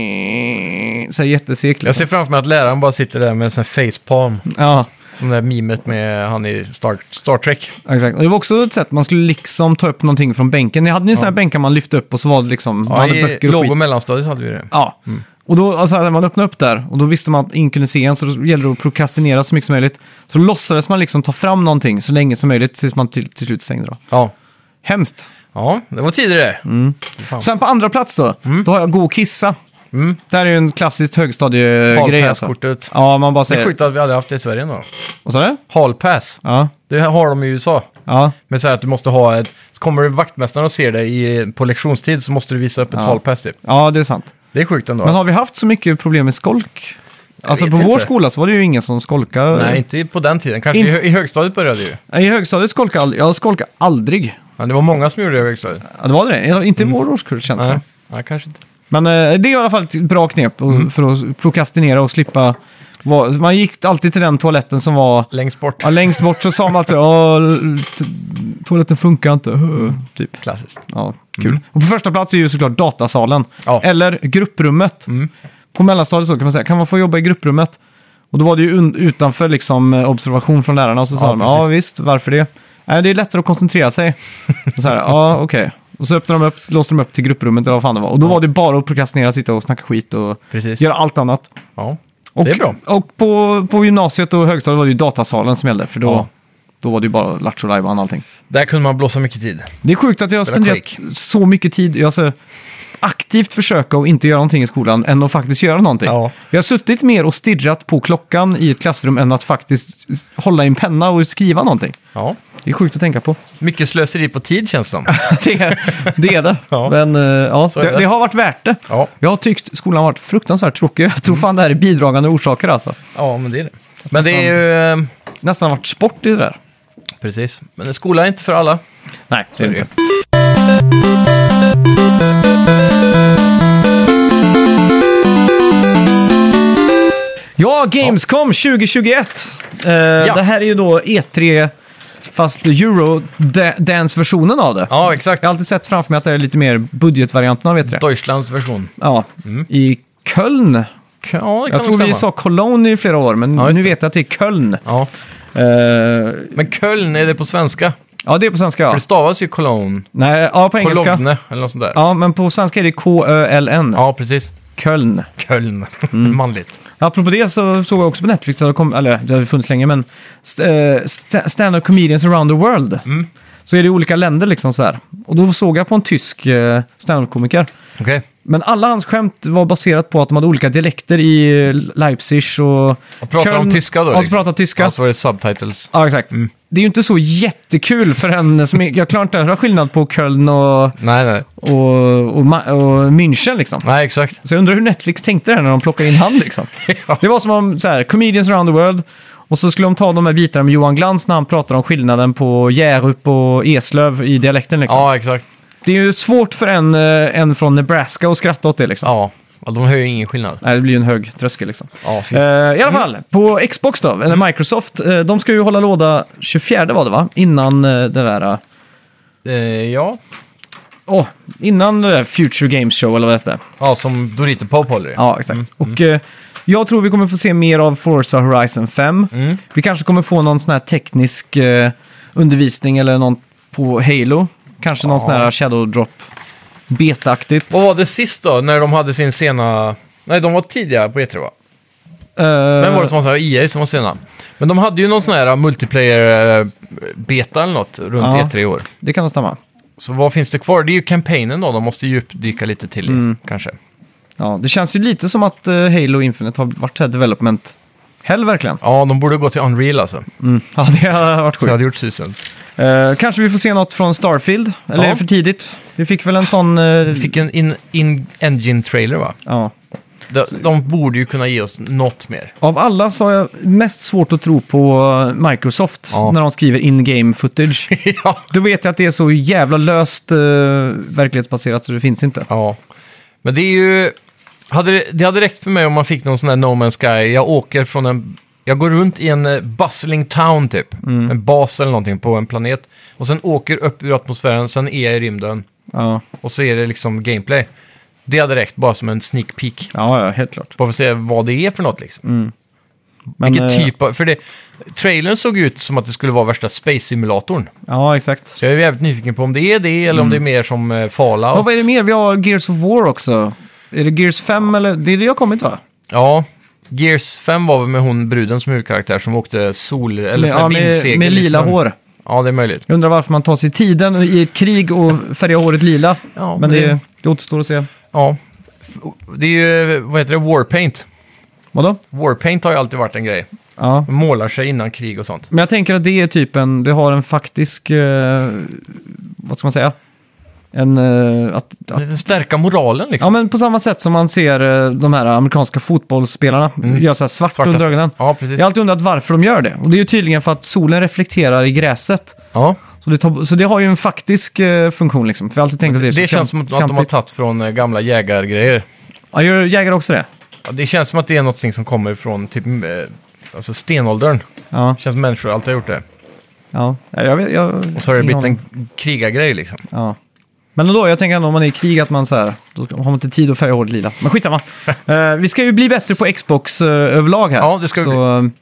A: i, så här jättesegt.
B: Jag
A: Liksom.
B: ser framför mig att läraren bara sitter där med en sån här facepalm.
A: Ja,
B: Som det där memet med han i Star, Star Trek.
A: exakt. Och det var också ett sätt man skulle liksom ta upp någonting från bänken. Ni hade ni sådana här bänkar man lyfte upp och så var det liksom, man
B: Ja,
A: hade
B: I
A: böcker och
B: låg
A: skit.
B: och mellanstadiet hade vi det.
A: Ja.
B: Mm.
A: Och då, alltså, när man öppnade upp där, och då visste man att ingen kunde se en, så då gällde det att prokrastinera så mycket som möjligt. Så då låtsades man liksom ta fram någonting så länge som möjligt, tills man till, till slut stängde då.
B: Ja,
A: Hemskt.
B: ja det var tidigare.
A: Sen på andra plats då,
B: Mm.
A: då har jag gå och kissa. Det här är ju en klassisk högstadiegrej alltså.
B: Hallpass-kortet.
A: Ja, man bara
B: Det är
A: säger...
B: sjukt att vi aldrig haft det i Sverige ändå.
A: Vad sa du?
B: Hallpass.
A: Ja.
B: Det har de i USA.
A: Ja.
B: Men så här att du måste ha ett... Så kommer vaktmästaren och ser dig i, på lektionstid så måste du visa upp ett
A: Ja.
B: hallpass typ.
A: ja, det är sant.
B: Det är sjukt ändå.
A: Men har vi haft så mycket problem med skolk? Alltså
B: vet
A: på vår
B: inte.
A: skola så var det ju ingen som skolkade.
B: Nej, inte på den tiden. Kanske
A: In-
B: i, hö- i högstadiet började det ju.
A: I högstadiet skolkade jag aldrig. Jag skolkade aldrig.
B: Men det var många som gjorde det i högstadiet.
A: Ja, det var det. Inte i vår årskurs känns det
B: Mm. Nej,
A: som.
B: Nej kanske inte.
A: Men eh, det är i alla fall ett bra knep och- för att prokrastinera och slippa. vara- Man gick alltid till den toaletten som var
B: Längst bort.
A: ja, längst bort, så sa man alltid att toaletten funkar inte. Huh, Typ.
B: Klassiskt.
A: Ja, kul. Och på första plats är ju såklart datasalen.
B: Mm. Ja. Mm.
A: Eller grupprummet. På mellanstadiet så kan man säga, kan man få jobba i grupprummet? Och då var det ju un- utanför liksom eh, observation från lärarna och så sa
B: Ja,
A: de,
B: precis.
A: ja visst, varför det? Nej, det är lättare att koncentrera sig. så här, ja, okej. Och så öppnade de upp, låste de upp till grupprummet eller vad fan det var. Och då var det bara att prokrastinera, sitta och snacka skit och
B: Precis.
A: göra allt annat.
B: Ja,
A: Och,
B: det är bra.
A: Och på, på gymnasiet och högstadiet var det ju datasalen som gällde, för då,
B: Ja.
A: då var det ju bara lattjo lajban och allting.
B: Där kunde man blåsa mycket tid.
A: Det är sjukt att jag har
B: Spela
A: spenderat så mycket tid, jag alltså, aktivt försöka att inte göra någonting i skolan än att faktiskt göra någonting.
B: Ja.
A: Jag har suttit mer och stirrat på klockan i ett klassrum än att faktiskt hålla i en penna och skriva någonting.
B: Ja.
A: Det är sjukt att tänka på.
B: Mycket slöseri på tid känns det som.
A: det, är, det är det.
B: Ja.
A: Men eh, ja,
B: är
A: det,
B: det.
A: det har varit värt det.
B: Ja.
A: Jag har tyckt skolan har varit fruktansvärt tråkig. Jag tror fan det här är bidragande orsaker alltså.
B: ja, men det är det. Men det är ju... eh,
A: Nästan varit sport i det där.
B: Precis. Men skola är inte för alla.
A: Nej,
B: Så är det ju.
A: Ja, Gamescom 2021. Eh, Det här är ju då E3, fast Eurodance-versionen av det.
B: Ja, exakt.
A: Jag har alltid sett framför mig att det är lite mer budgetvarianten av E3.
B: Deutschlands version.
A: Ja, i Köln.
B: Mm. Ja, det kan
A: Jag
B: nog
A: tror vi
B: stämma.
A: sa Cologne i flera år, men
B: Ja, just
A: nu
B: det.
A: vet jag att det är Köln.
B: Ja.
A: Eh,
B: Men Köln, är det på svenska?
A: ja, det är på svenska.
B: För
A: Ja.
B: det stavas ju Cologne.
A: Nej, ja, på engelska.
B: Cologne eller något sånt där. Ja,
A: Ja, men på svenska är det K-Ö-L-N.
B: precis.
A: Köln.
B: Köln.
A: Mm.
B: Manligt.
A: Apropå det så såg jag också på Netflix, att det kom, eller det har ju funnits länge, men st- eh, st- stand-up comedians around the world.
B: Mm.
A: Så är det i olika länder liksom så här. Och då såg jag på en tysk eh, stand-up-komiker.
B: Okej.
A: Men alla hans skämt var baserat på att de hade olika dialekter i eh, Leipzig och...
B: Och pratar de tyska då?
A: Ja, de
B: liksom?
A: pratar tyska.
B: Ja, så Mm. var det subtitles.
A: Ja, exakt. Det är ju inte så jättekul för en som... är- Jag klarar inte att höra skillnad på Köln och,
B: Nej, nej.
A: och, och, Ma- och München liksom.
B: Nej, exakt.
A: Så jag undrar hur Netflix tänkte där när de plockade in han liksom.
B: Ja.
A: Det var som om så här, comedians around the world. Och så skulle de ta de här bitarna med Johan Glans när han pratar om skillnaden på Hjärup och Eslöv i dialekten liksom.
B: Ja, exakt.
A: Det är ju svårt för en, eh, en från Nebraska att skratta åt det liksom.
B: Ja. ja, de hör ju ingen skillnad.
A: Nej, det blir ju en hög tröskel liksom.
B: Ja, Mm. fy.
A: Eh, I alla fall, på Xbox då, eller Microsoft, eh, de ska ju hålla låda 24 var det va? Innan eh, det där... eh,
B: Eh, ja.
A: Åh, innan det där Future Games Show eller vad det hette.
B: ja, som Dorito Pop håller i.
A: Ja, exakt. Och
B: mm.
A: eh, jag tror vi kommer få se mer av Forza Horizon 5.
B: Mm.
A: Vi kanske kommer få någon sån här teknisk eh, undervisning eller någon på Halo. Kanske någon sån här Shadow Drop beta-aktigt.
B: Vad var det sist då, när de hade sin sena... Nej, de var tidiga på E3 va?
A: Eh,
B: Vem var det som var så här? EA som var sena. Men de hade ju någon sån här uh, multiplayer-beta eller något runt
A: Ja.
B: E3 i år.
A: Det kan nog stämma.
B: Så vad finns det kvar? Det är ju kampanjen då, de måste djupdyka lite till i,
A: Mm.
B: kanske.
A: Ja, det känns ju lite som att eh, Halo Infinite har varit så här development hell verkligen.
B: Ja, de borde gå till Unreal alltså.
A: Ja, det har varit
B: Så jag
A: sjukt.
B: hade gjort susen.
A: Eh, kanske vi får se något från Starfield, eller
B: Ja. Mm.
A: är det för tidigt? Vi fick väl en sån... eh,
B: Vi fick en in- in-engine-trailer va?
A: ja.
B: De, de borde ju kunna ge oss något mer.
A: Av alla så har jag mest svårt att tro på Microsoft
B: Ja.
A: när de skriver in-game footage.
B: ja.
A: Då vet jag att det är så jävla löst eh, verklighetsbaserat så det finns inte.
B: ja. Men det är ju... Hade det, det hade räckt för mig om man fick någon sån här No Man's Sky. Jag åker från en... Jag går runt i en eh, bustling town typ.
A: Mm.
B: En bas eller någonting på en planet. Och sen åker upp ur atmosfären, sen är jag i rymden.
A: Ja,
B: Och så är det liksom gameplay. Det hade räckt bara som en sneak peek.
A: ja, ja helt klart.
B: Bara för att se vad det är för något liksom.
A: Mm. Men,
B: Vilken
A: eh,
B: typ av... För det, trailern såg ut som att det skulle vara värsta Space-simulatorn.
A: Ja, exakt.
B: Så jag är jävligt nyfiken på om det är det eller om det är mer som eh, Fallout.
A: Och Mm. vad är det mer? Vi har Gears of War också. Är det Gears 5 eller? Det är det jag har kommit va?
B: Ja. Gears 5 var väl med hon bruden som huvudkaraktär som åkte sol... Eller
A: med,
B: sån här
A: ja, med,
B: vindsegel
A: med
B: i
A: lila
B: snön.
A: hår.
B: Ja, det är möjligt.
A: Jag undrar varför man tar sig tiden i ett krig och färgar håret lila.
B: Ja,
A: men
B: men
A: det,
B: det-
A: det återstår att se.
B: Ja. F- Det är ju... Vad heter det? Warpaint.
A: Vadå?
B: Warpaint har ju alltid varit en grej.
A: Ja.
B: Man målar sig innan krig och sånt.
A: Men jag tänker att det är typ en, det har en faktisk, eh, vad ska man säga? En, eh, att, att,
B: Stärka moralen liksom.
A: ja men på samma sätt som man ser eh, de här amerikanska fotbollsspelarna göra så här svart
B: Mm. Svarta-
A: under ögonen.
B: Ja, precis.
A: Jag har alltid undrat varför de gör det. Och det är ju tydligen för att solen reflekterar i gräset.
B: ja.
A: Så det, tar, så det har ju en faktisk eh, funktion liksom. För jag har alltid tänkt att det är så
B: Det känns som att de har
A: fjantigt.
B: tagit från eh, gamla jägargrejer.
A: Ja, gör jägare också det?
B: Ja, det känns som att det är något som kommer från typ eh, alltså stenåldern.
A: Ja,
B: Det känns som människor alltid har gjort det.
A: ja. ja jag vet, jag,
B: Och så har det
A: ingen
B: blivit
A: aning.
B: en krigargrej liksom.
A: Ja. Men ändå, jag tänker ändå om man är i krig att man så här, då har man inte tid att färga håret lila. Men skitsamma. uh, vi ska ju bli bättre på Xbox eh, överlag här.
B: Ja, det ska vi
A: så,
B: bli.
A: eh,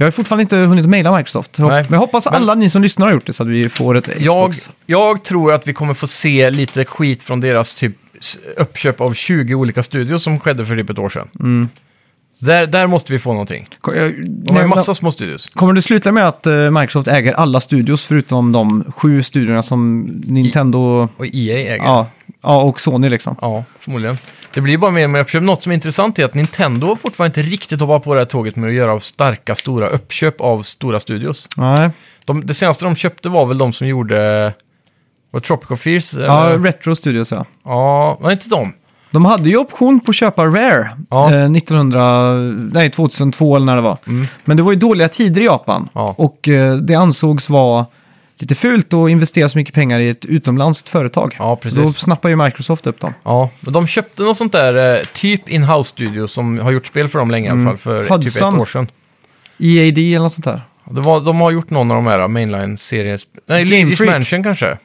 A: jag har fortfarande inte hunnit mejla Microsoft. Hopp-
B: Nej.
A: Men jag hoppas alla ni som lyssnar har gjort det så att vi får ett
B: Jag,
A: Xbox.
B: jag tror att vi kommer få se lite skit från deras typ s- uppköp av 20 olika studios som skedde för typ ett år sedan.
A: Mm.
B: Där, där måste vi få någonting.
A: Ko- jag-
B: De har
A: nej,
B: ju massa små studios.
A: Kommer det sluta med att eh, Microsoft äger alla studios förutom de sju studiorna som Nintendo
B: Och EA äger. Ja.
A: ja, ja, och Sony liksom?
B: förmodligen. Det blir bara mer och mer uppköp. Något som är intressant är att Nintendo har fortfarande inte riktigt hoppat på det här tåget med att göra starka, stora uppköp av stora studios.
A: Nej.
B: De, det senaste de köpte var väl de som gjorde... eh, Var det Tropical Fears?
A: Ja,
B: eller?
A: Retro Studios ja.
B: ja, var det inte de?
A: De hade ju option på att köpa Rare
B: Ja. Mm.
A: eh, 1900, nej, 2002 eller när det var. Men det var ju dåliga tider i Japan
B: Ja.
A: och eh, det ansågs vara lite fult att investera så mycket pengar i ett utomlandskt företag.
B: Ja,
A: Så då
B: precis.
A: snappar ju Microsoft upp dem.
B: Ja, men de köpte något sånt där eh, typ in-house studio som har gjort spel för dem länge i alla fall, för typ ett
A: Mm. Hudson.
B: år sedan.
A: EAD E eller något sånt där.
B: Det var, de har gjort någon av de här mainline-serien. Nej,
A: Game
B: Ladies
A: Freak.
B: Mansion kanske.
A: det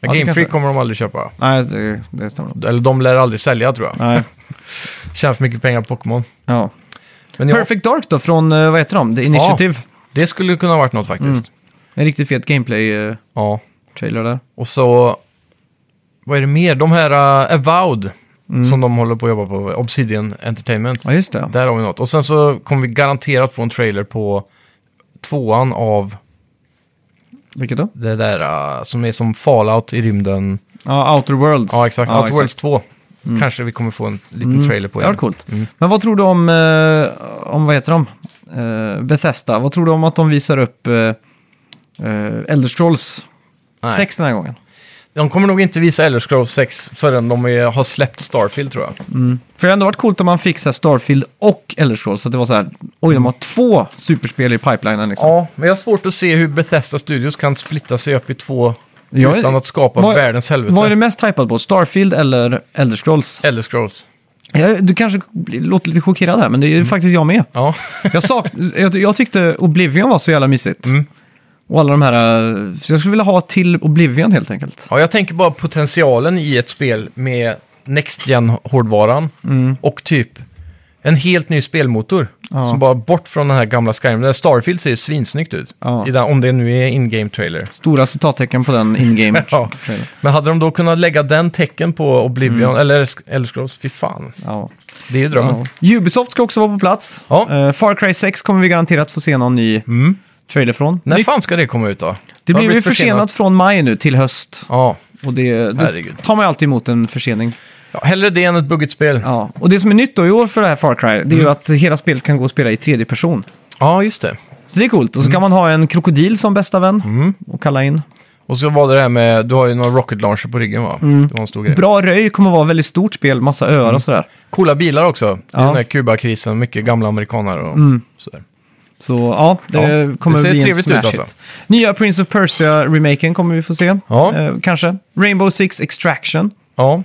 B: Men Game
A: kanske.
B: Freak kommer de aldrig köpa.
A: Nej, det, det stämmer. nog.
B: Eller de lär aldrig sälja tror jag.
A: Nej,
B: Tjänar för mycket pengar på Pokémon.
A: ja.
B: Men ja,
A: Perfect Dark då, från, eh, vad heter de? The Initiative.
B: det skulle kunna ha varit något faktiskt.
A: Mm. En riktigt fet gameplay-trailer
B: Ja,
A: där.
B: och så... Vad är det mer? De här eh, Avowed som de håller på att jobba på. eh, Obsidian Entertainment.
A: Mm. Ja, just det.
B: Där har vi något. Och sen så kommer vi garanterat få en trailer på tvåan av
A: Vilket då?
B: det där eh, som är som Fallout i rymden.
A: Ja, Outer Worlds.
B: Ja, exakt. Mm. Outer Worlds 2. Kanske vi kommer få en liten trailer på Mm.
A: Det var
B: igen.
A: coolt. Men vad tror du om, eh, om vad heter de? Eh, Bethesda. Vad tror du om att de visar upp eh, eh, Elder Scrolls
B: Nej.
A: 6 den här gången?
B: De kommer nog inte visa Elder Scrolls 6 förrän de är, har släppt Starfield tror jag.
A: För det hade ändå varit coolt om man fick så här, Starfield och Elder Scrolls. Så att det var så här, oj,
B: Mm.
A: de har två superspel i pipelinen liksom.
B: Ja, men jag har svårt att se hur Bethesda Studios kan splitta sig upp i två
A: Jag är-
B: utan att skapa
A: Vad-
B: världens helvete.
A: Vad är du mest hypad på? Starfield eller Elder Scrolls?
B: Elder Scrolls.
A: Ja, du kanske blir- låter lite chockerad här, men det
B: Mm.
A: är faktiskt jag med.
B: Ja,
A: Jag, sak, jag, jag tyckte Oblivion var så jävla mysigt.
B: Mm.
A: Och alla de här... eh, Så jag skulle vilja ha till Oblivion helt enkelt.
B: ja jag tänker bara potentialen i ett spel med Next gen hårdvaran och typ en helt ny spelmotor.
A: Mm. Ja.
B: Som bara bort från den här gamla Skyrim. Där Starfield ser svinsnyggt ut.
A: Ja.
B: I den, om det nu är in-game trailer.
A: Stora citattecken på den in-game.
B: Ja.
A: trailer.
B: Men hade de då kunnat lägga den tecken på Oblivion, eller Sk- Elder Scrolls, fy fan.
A: ja.
B: Det är ju drömmen.
A: Mm. ja. Ubisoft ska också vara på plats.
B: Ja.
A: Eh, Far Cry 6 kommer vi garanterat få se någon ny trailer från.
B: När fan ska det komma ut då?
A: Det
B: Har
A: blir ju
B: blivit
A: försenat från maj nu till höst.
B: Ja.
A: Och det, det
B: Herregud.
A: tar man ju alltid emot en försening.
B: ja, hellre det än ett buggigt spel. Ja,
A: Ja. Och det som är nytt då i år för det här Far Cry, det är ju
B: Mm.
A: att hela spelet kan gå att spela i tredje person.
B: just det.
A: Så det är coolt.
B: Mm.
A: Och så kan man ha en krokodil som bästa vän och kalla in.
B: Och så var det det här med, du har ju några rocket launcher på ryggen va? Det var en stor grej.
A: Mm. Bra röj kommer vara ett väldigt stort spel, massa öar
B: Mm.
A: och sådär.
B: Coola bilar också. Det är
A: Ja. Mm.
B: Den här Kuba-krisen, mycket gamla amerikaner och sådär.
A: Så ja, det
B: Ja,
A: kommer
B: det ser
A: bli
B: trevligt
A: en
B: ut
A: smash
B: alltså.
A: hit. Nya Prince of Persia-remaken kommer vi få se.
B: Ja.
A: Eh, kanske. Rainbow Six Extraction.
B: Ja,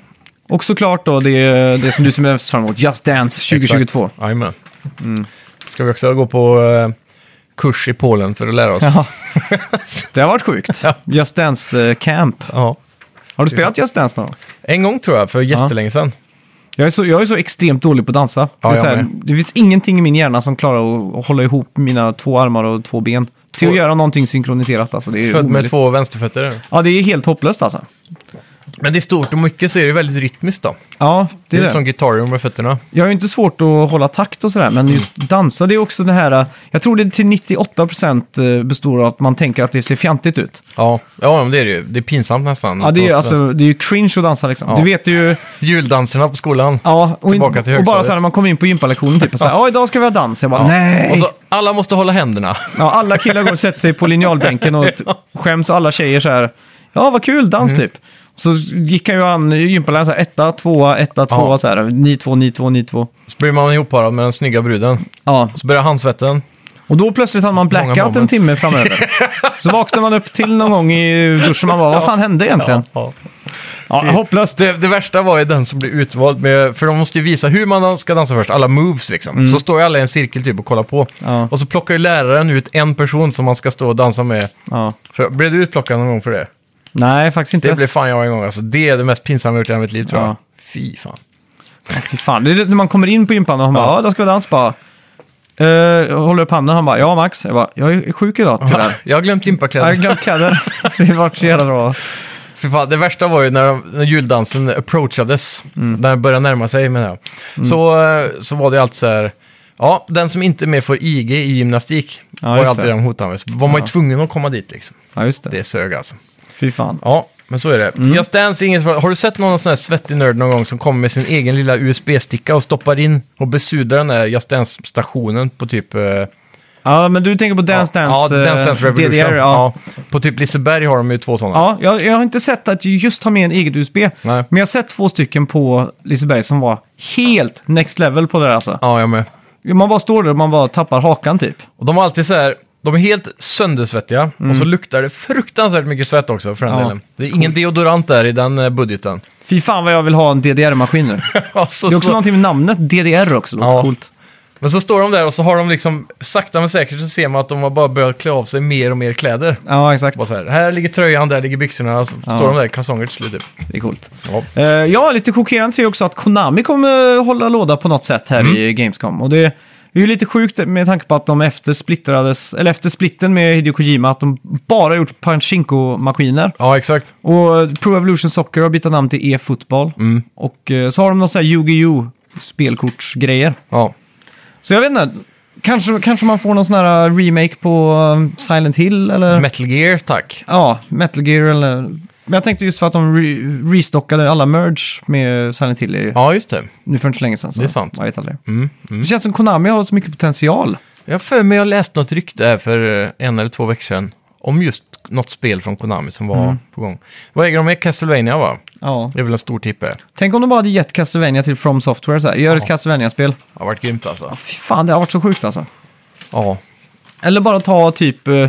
A: Och såklart då det, det som du ser mest fram emot, Just Dance 2022.
B: exakt. Jajamän.
A: Mm.
B: Ska vi också gå på eh, kurs i Polen för att lära oss? Ja.
A: Ja. det har varit sjukt. Just Dance eh, Camp. Har du spelat Just Dance någon gång?
B: En gång tror jag, för jättelänge sedan.
A: Jag är, så, jag är så extremt dålig på att dansa.
B: Ja,
A: det, är så
B: jag
A: här,
B: med.
A: det finns ingenting i min hjärna som klarar att, att hålla ihop mina två armar och två ben. Till att
B: Två-
A: göra någonting synkroniserat alltså. Det är
B: Född med
A: omöjligt.
B: två vänsterfötter.
A: Ja, det är helt hopplöst alltså.
B: Men det är stort och mycket så är det väldigt rytmiskt då.
A: Ja,
B: Det
A: det
B: är,
A: är
B: lite
A: det.
B: som gitarrer med fötterna.
A: Jag har ju inte svårt att hålla takt och sådär, men just dansa det är också det här... eh, Jag tror det till 98% eh, består av att man tänker att det ser fjantigt ut.
B: Ja, ja men det är det ju. Det är pinsamt nästan.
A: Ja, det är ju
B: Och-
A: alltså, det är ju cringe att dansa liksom.
B: Ja.
A: Du vet ju...
B: Juldanserna på skolan.
A: Ja, och, in,
B: Tillbaka till
A: och bara
B: högstadiet.
A: så här när man kommer in på gympalektionen typ och så här, ja idag ska vi ha dans. Jag bara,
B: Ja.
A: nej!
B: Och så, alla måste hålla händerna.
A: Ja, alla killar går och sätter sig på linjalbänken och t- skäms och alla tjejer så här, ja vad kul, dans typ. Så gick han ju an, gympaläraren så här, etta, tvåa, etta, tvåa, så här, ni två, ni två, ni två.
B: Så blir man ihopparad med den snygga bruden.
A: Ja,
B: Så börjar handsvetten.
A: och då plötsligt hade man blackout
B: moment.
A: en timme framöver. så vaknade man upp till någon gång i duschen man var, vad fan hände egentligen?
B: Ja.
A: Ja, hopplöst.
B: Det, det värsta var ju den som blev utvald med, för de måste ju visa hur man ska dansa först, alla moves liksom. Så står ju alla i en cirkel typ och kollar på.
A: Mm. Ja.
B: Och så plockar ju läraren ut en person som man ska stå och dansa med.
A: Ja.
B: För, blev du utplockad någon gång för det?
A: Nej, faktiskt inte.
B: Det blev fan jag en gång alltså. Det är det mest pinsamma jag gjort i hela mitt liv tror jag.
A: Ja.
B: Fy fan.
A: Fy fan, det är det, när man kommer in på gympan och han bara, ja, då ska vi dansa bara. Uh, håller upp handen, han bara, ja Max. Jag bara, jag är sjuk idag tyvärr.
B: Jag har glömt
A: Jag har
B: gympakläder.
A: glömt kläder. det var så jävla bra.
B: Fy fan, det värsta var ju när, de, när juldansen approachades,
A: Mm.
B: när den började närma sig menar jag. Så, eh, så var det alltid så här, ja, den som inte är med får IG i gymnastik var ju
A: just
B: alltid
A: det.
B: det de hotade med. Så var man ju tvungen att komma dit liksom.
A: Ja, just det.
B: Det sög alltså.
A: Fy fan.
B: Ja, men så är det.
A: Mm.
B: Just Dance, är inget för... Har du sett någon sån här svettig nörd någon gång som kommer med sin egen lilla USB-sticka och stoppar in och besudlar den där Just Dance-stationen på typ... eh,
A: Ja, men du tänker på Dance Dance...
B: ja,
A: eh,
B: Dance Dance Revolution.
A: DDR, ja.
B: På typ Liseberg har de ju två sådana.
A: Ja, jag, jag har inte sett att just ha med en eget USB.
B: Nej.
A: Men jag har sett två stycken på Liseberg som var helt next level på det där alltså.
B: ja, jag med.
A: Man bara står där och man bara tappar hakan typ.
B: Och de har alltid så här, De är helt söndersvettiga och så luktar det fruktansvärt mycket svett också för den
A: Mm. Ja,
B: delen. Det är ingen deodorant där i den eh, budgeten.
A: Fy fan vad jag vill ha en DDR-maskin nu.
B: alltså,
A: Det är också
B: så-
A: någonting med namnet DDR också, låter
B: Ja.
A: coolt.
B: Men så står de där och så har de liksom sakta men säkert så ser man att de har bara börjat klä av sig mer och mer kläder.
A: Ja, exakt.
B: Bara så här, här ligger tröjan, där ligger byxorna, så
A: Ja.
B: står de där i kalsonger till slut. typ.
A: Det är coolt.
B: Ja.
A: Eh, ja, lite chockerande ser jag också att Konami kommer hålla låda på något sätt här
B: Mm.
A: i Gamescom. Och det är ju lite sjukt med tanke på att de efter, splittrades, eller efter splitten med Hideo Kojima att de bara gjort Pachinko-maskiner.
B: ja, exakt.
A: Och Pro Evolution Soccer har bytt namn till E-fotboll.
B: Mm.
A: Och eh, så har de något sånt här Yu-Gi-Oh! spelkortsgrejer.
B: Ja.
A: Så jag vet inte, kanske, kanske man får någon sån här remake på eh, Silent Hill eller?
B: Metal Gear, tack.
A: Ja, Metal Gear eller... Men jag tänkte just för att de re- restockade alla merge med Silent Hill i-
B: Ja, just det.
A: nu för inte så länge sedan. Så
B: Det är sant.
A: Jag vet aldrig.
B: Mm.
A: Det känns som Konami har så mycket potential.
B: Jag har för mig jag läste något rykte här för eh, en eller två veckor sedan om just något spel från Konami som var på gång. Vad äger de med? Castlevania va?
A: Ja.
B: Det är väl en stor tipp här.
A: Tänk om de bara hade gett Castlevania till From Software så här. Gör ett Castlevania-spel.
B: Det har varit grymt alltså.
A: Fy fan, det har varit så sjukt alltså.
B: Ja,
A: Eller bara ta typ... Uh,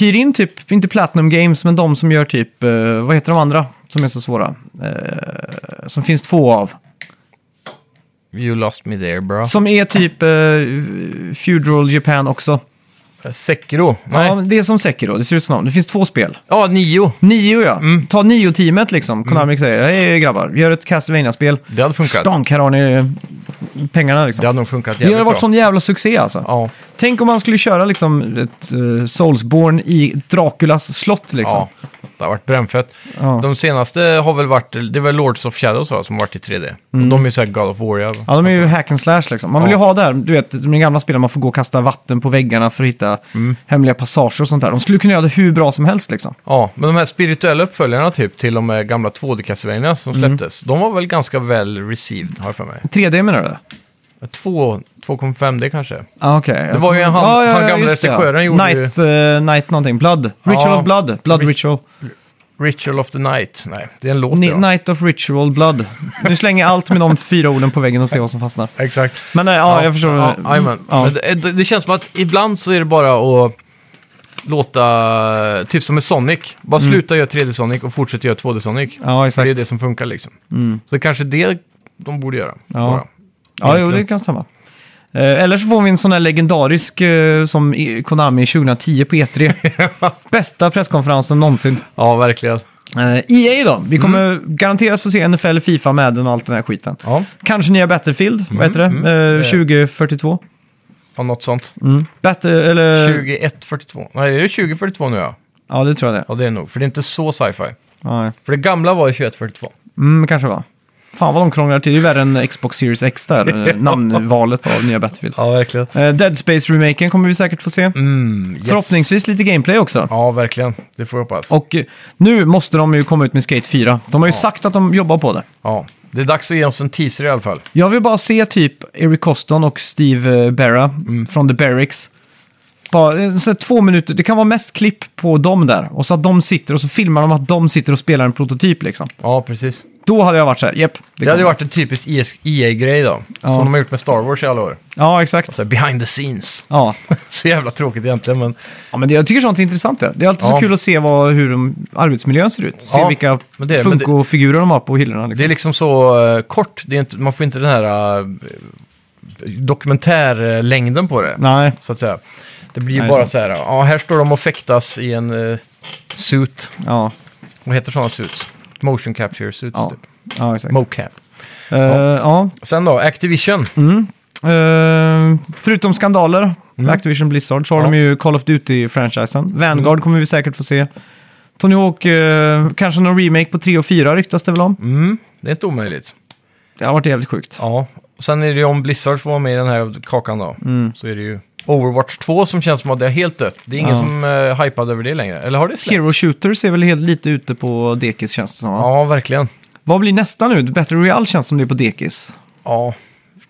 A: hyr in typ, inte Platinum Games, men de som gör typ... eh, vad heter de andra som är så svåra? Eh, som finns två av.
B: you lost me there bro.
A: Som är typ uh, Feudal Japan också.
B: Sekiro? Nej.
A: Ja,
B: Ja,
A: men det är som Sekiro, det ser ut som namn. Det finns två spel.
B: nio.
A: Nio ja.
B: Mm.
A: Ta nio-teamet liksom. Konami säger, hej grabbar, gör ett Castlevania-spel.
B: Det hade funkat.
A: Donk, här har ni eh, pengarna liksom.
B: Det hade nog funkat
A: Det
B: jävligt
A: har
B: bra.
A: varit sån jävla succé alltså.
B: Ja,
A: Tänk om man skulle köra liksom ett uh, Soulsborne i Draculas slott liksom.
B: ja. Det har varit brännfett.
A: Ja.
B: De senaste har väl varit, det var Lords of Shadows va, som har varit i 3D. Och de är ju såhär God of War. Ja.
A: Mm. Ja, de är ju
B: Alltså-
A: hack and slash liksom. Man vill ju ha det här, du vet, de gamla spelen man får gå och kasta vatten på väggarna för att hitta
B: Mm.
A: hemliga passager och sånt där. De skulle kunna göra det hur bra som helst liksom.
B: ja, men de här spirituella uppföljarna typ till de här gamla 2D Castlevania som
A: Mm.
B: släpptes. De var väl ganska väl received, har jag för mig.
A: 3D menar du?
B: Två- 2,5D kanske.
A: Ah, okej.
B: Det var ju en- han- han gamla
A: just det,
B: regissören gjorde ju-
A: Night, eh, Night någonting, Blood. Ritual
B: Ja.
A: of Blood. Blood
B: Ri-
A: Ritual.
B: Ritual of the Night. Nej, det är en låt.
A: Ni-
B: det, va?
A: Night of Ritual Blood. Nu slänger jag allt med de fyra orden på väggen och ser vad som fastnar.
B: Exakt.
A: Men eh, ja, jag förstår.
B: Ja, jajamän.
A: Ja.
B: Men det, det- det känns som att ibland så är det bara att låta, typ som med Sonic, bara
A: Mm.
B: sluta göra 3D Sonic och fortsätta göra 2D Sonic.
A: Ja,
B: För det är
A: exakt.
B: det som funkar liksom. Så kanske det de borde göra.
A: Ja.
B: bara.
A: Ja, jo, det
B: egentligen.
A: kan stämma. Eh, Eller så får vi en sån här legendarisk eh, som i- Konami 2010 på E3. Bästa presskonferensen någonsin.
B: ja verkligen.
A: Eh, EA då?
B: Mm.
A: Vi kommer garanterat få se NFL, Fifa med den och allt den här skiten.
B: Ja,
A: Kanske nya Battlefield, vad heter det?
B: Mm,
A: Eh, 2042?
B: ja, något sånt.
A: Battle, eh, eller...
B: 2142. Nej, det är 2042 nu ja.
A: Ja, det tror jag det
B: Ja, det är nog. För det är inte så sci-fi.
A: är. Ja.
B: För det gamla var ju 2142.
A: Mm, kanske va. Fan vad de krånglar till. Det är värre än Xbox Series X där, eh, namnvalet av nya Battlefield.
B: Ja, verkligen.
A: Eh, Dead space remaken kommer vi säkert få se.
B: Mm, yes.
A: Förhoppningsvis lite gameplay också.
B: Ja, verkligen. Det får jag hoppas.
A: Och eh, nu måste de ju komma ut med Skate 4. De har ju sagt att de jobbar på det.
B: Ja. Det är dags att ge oss en teaser i alla fall.
A: Jag vill bara se typ Eric Coston och Steve eh, Barra
B: Mm.
A: från The Barracks. Bara, eh, så här två minuter, det kan vara mest klipp på dem där. Och så att de sitter och så filmar de att de sitter och spelar en prototyp liksom.
B: Ja, precis.
A: Då hade jag varit så här, jepp.
B: Det, hade
A: kommer.
B: ju varit E en typisk EA-grej då. Som de har gjort med Star Wars i alla år.
A: Ja, exakt.
B: Så här, behind the scenes.
A: Ja.
B: så jävla tråkigt egentligen, men...
A: Ja, men det, jag tycker sånt är intressant. Det, det är alltid
B: Ja.
A: så kul att se vad, hur de, arbetsmiljön ser ut. Se
B: Ja,
A: vilka
B: men det är- men det-
A: Funko-figurer de har på hyllorna. Liksom.
B: Det är liksom så eh, kort, det är inte, man får inte den här uh, dokumentärlängden på det.
A: Nej,
B: Så att säga. Det blir ju
A: Nej, det är
B: bara
A: sant.
B: så här, ja här står de och fäktas i en eh, suit.
A: ja.
B: Vad heter sådana suits? Motion capture suits
A: Ja,
B: typ.
A: ja exakt.
B: Mocap.
A: Eh, ja.
B: Sen då, Activision.
A: Mm. Eh, förutom skandaler, med Activision Blizzard, så har
B: Mm. Ja. Mm.
A: de ju Call of Duty-franchisen. Vanguard kommer vi säkert få se. Tony Hawk, eh, kanske någon remake på 3 och 4 ryktas det väl om.
B: Mm, det är inte omöjligt.
A: Det har varit jävligt sjukt.
B: Ja, och sen är det ju om Blizzard får vara med i den här kakan då.
A: Mm.
B: Så är det ju Overwatch 2 som känns som att det är helt dött. Det är ingen
A: Ja.
B: som uh, hypad över det längre. Eller har det släppt?
A: Hero Shooters är väl helt, lite ute på dekis känns det som. va?
B: Ja, verkligen.
A: Vad blir nästa nu? Battle Royale känns som det är på dekis.
B: Ja,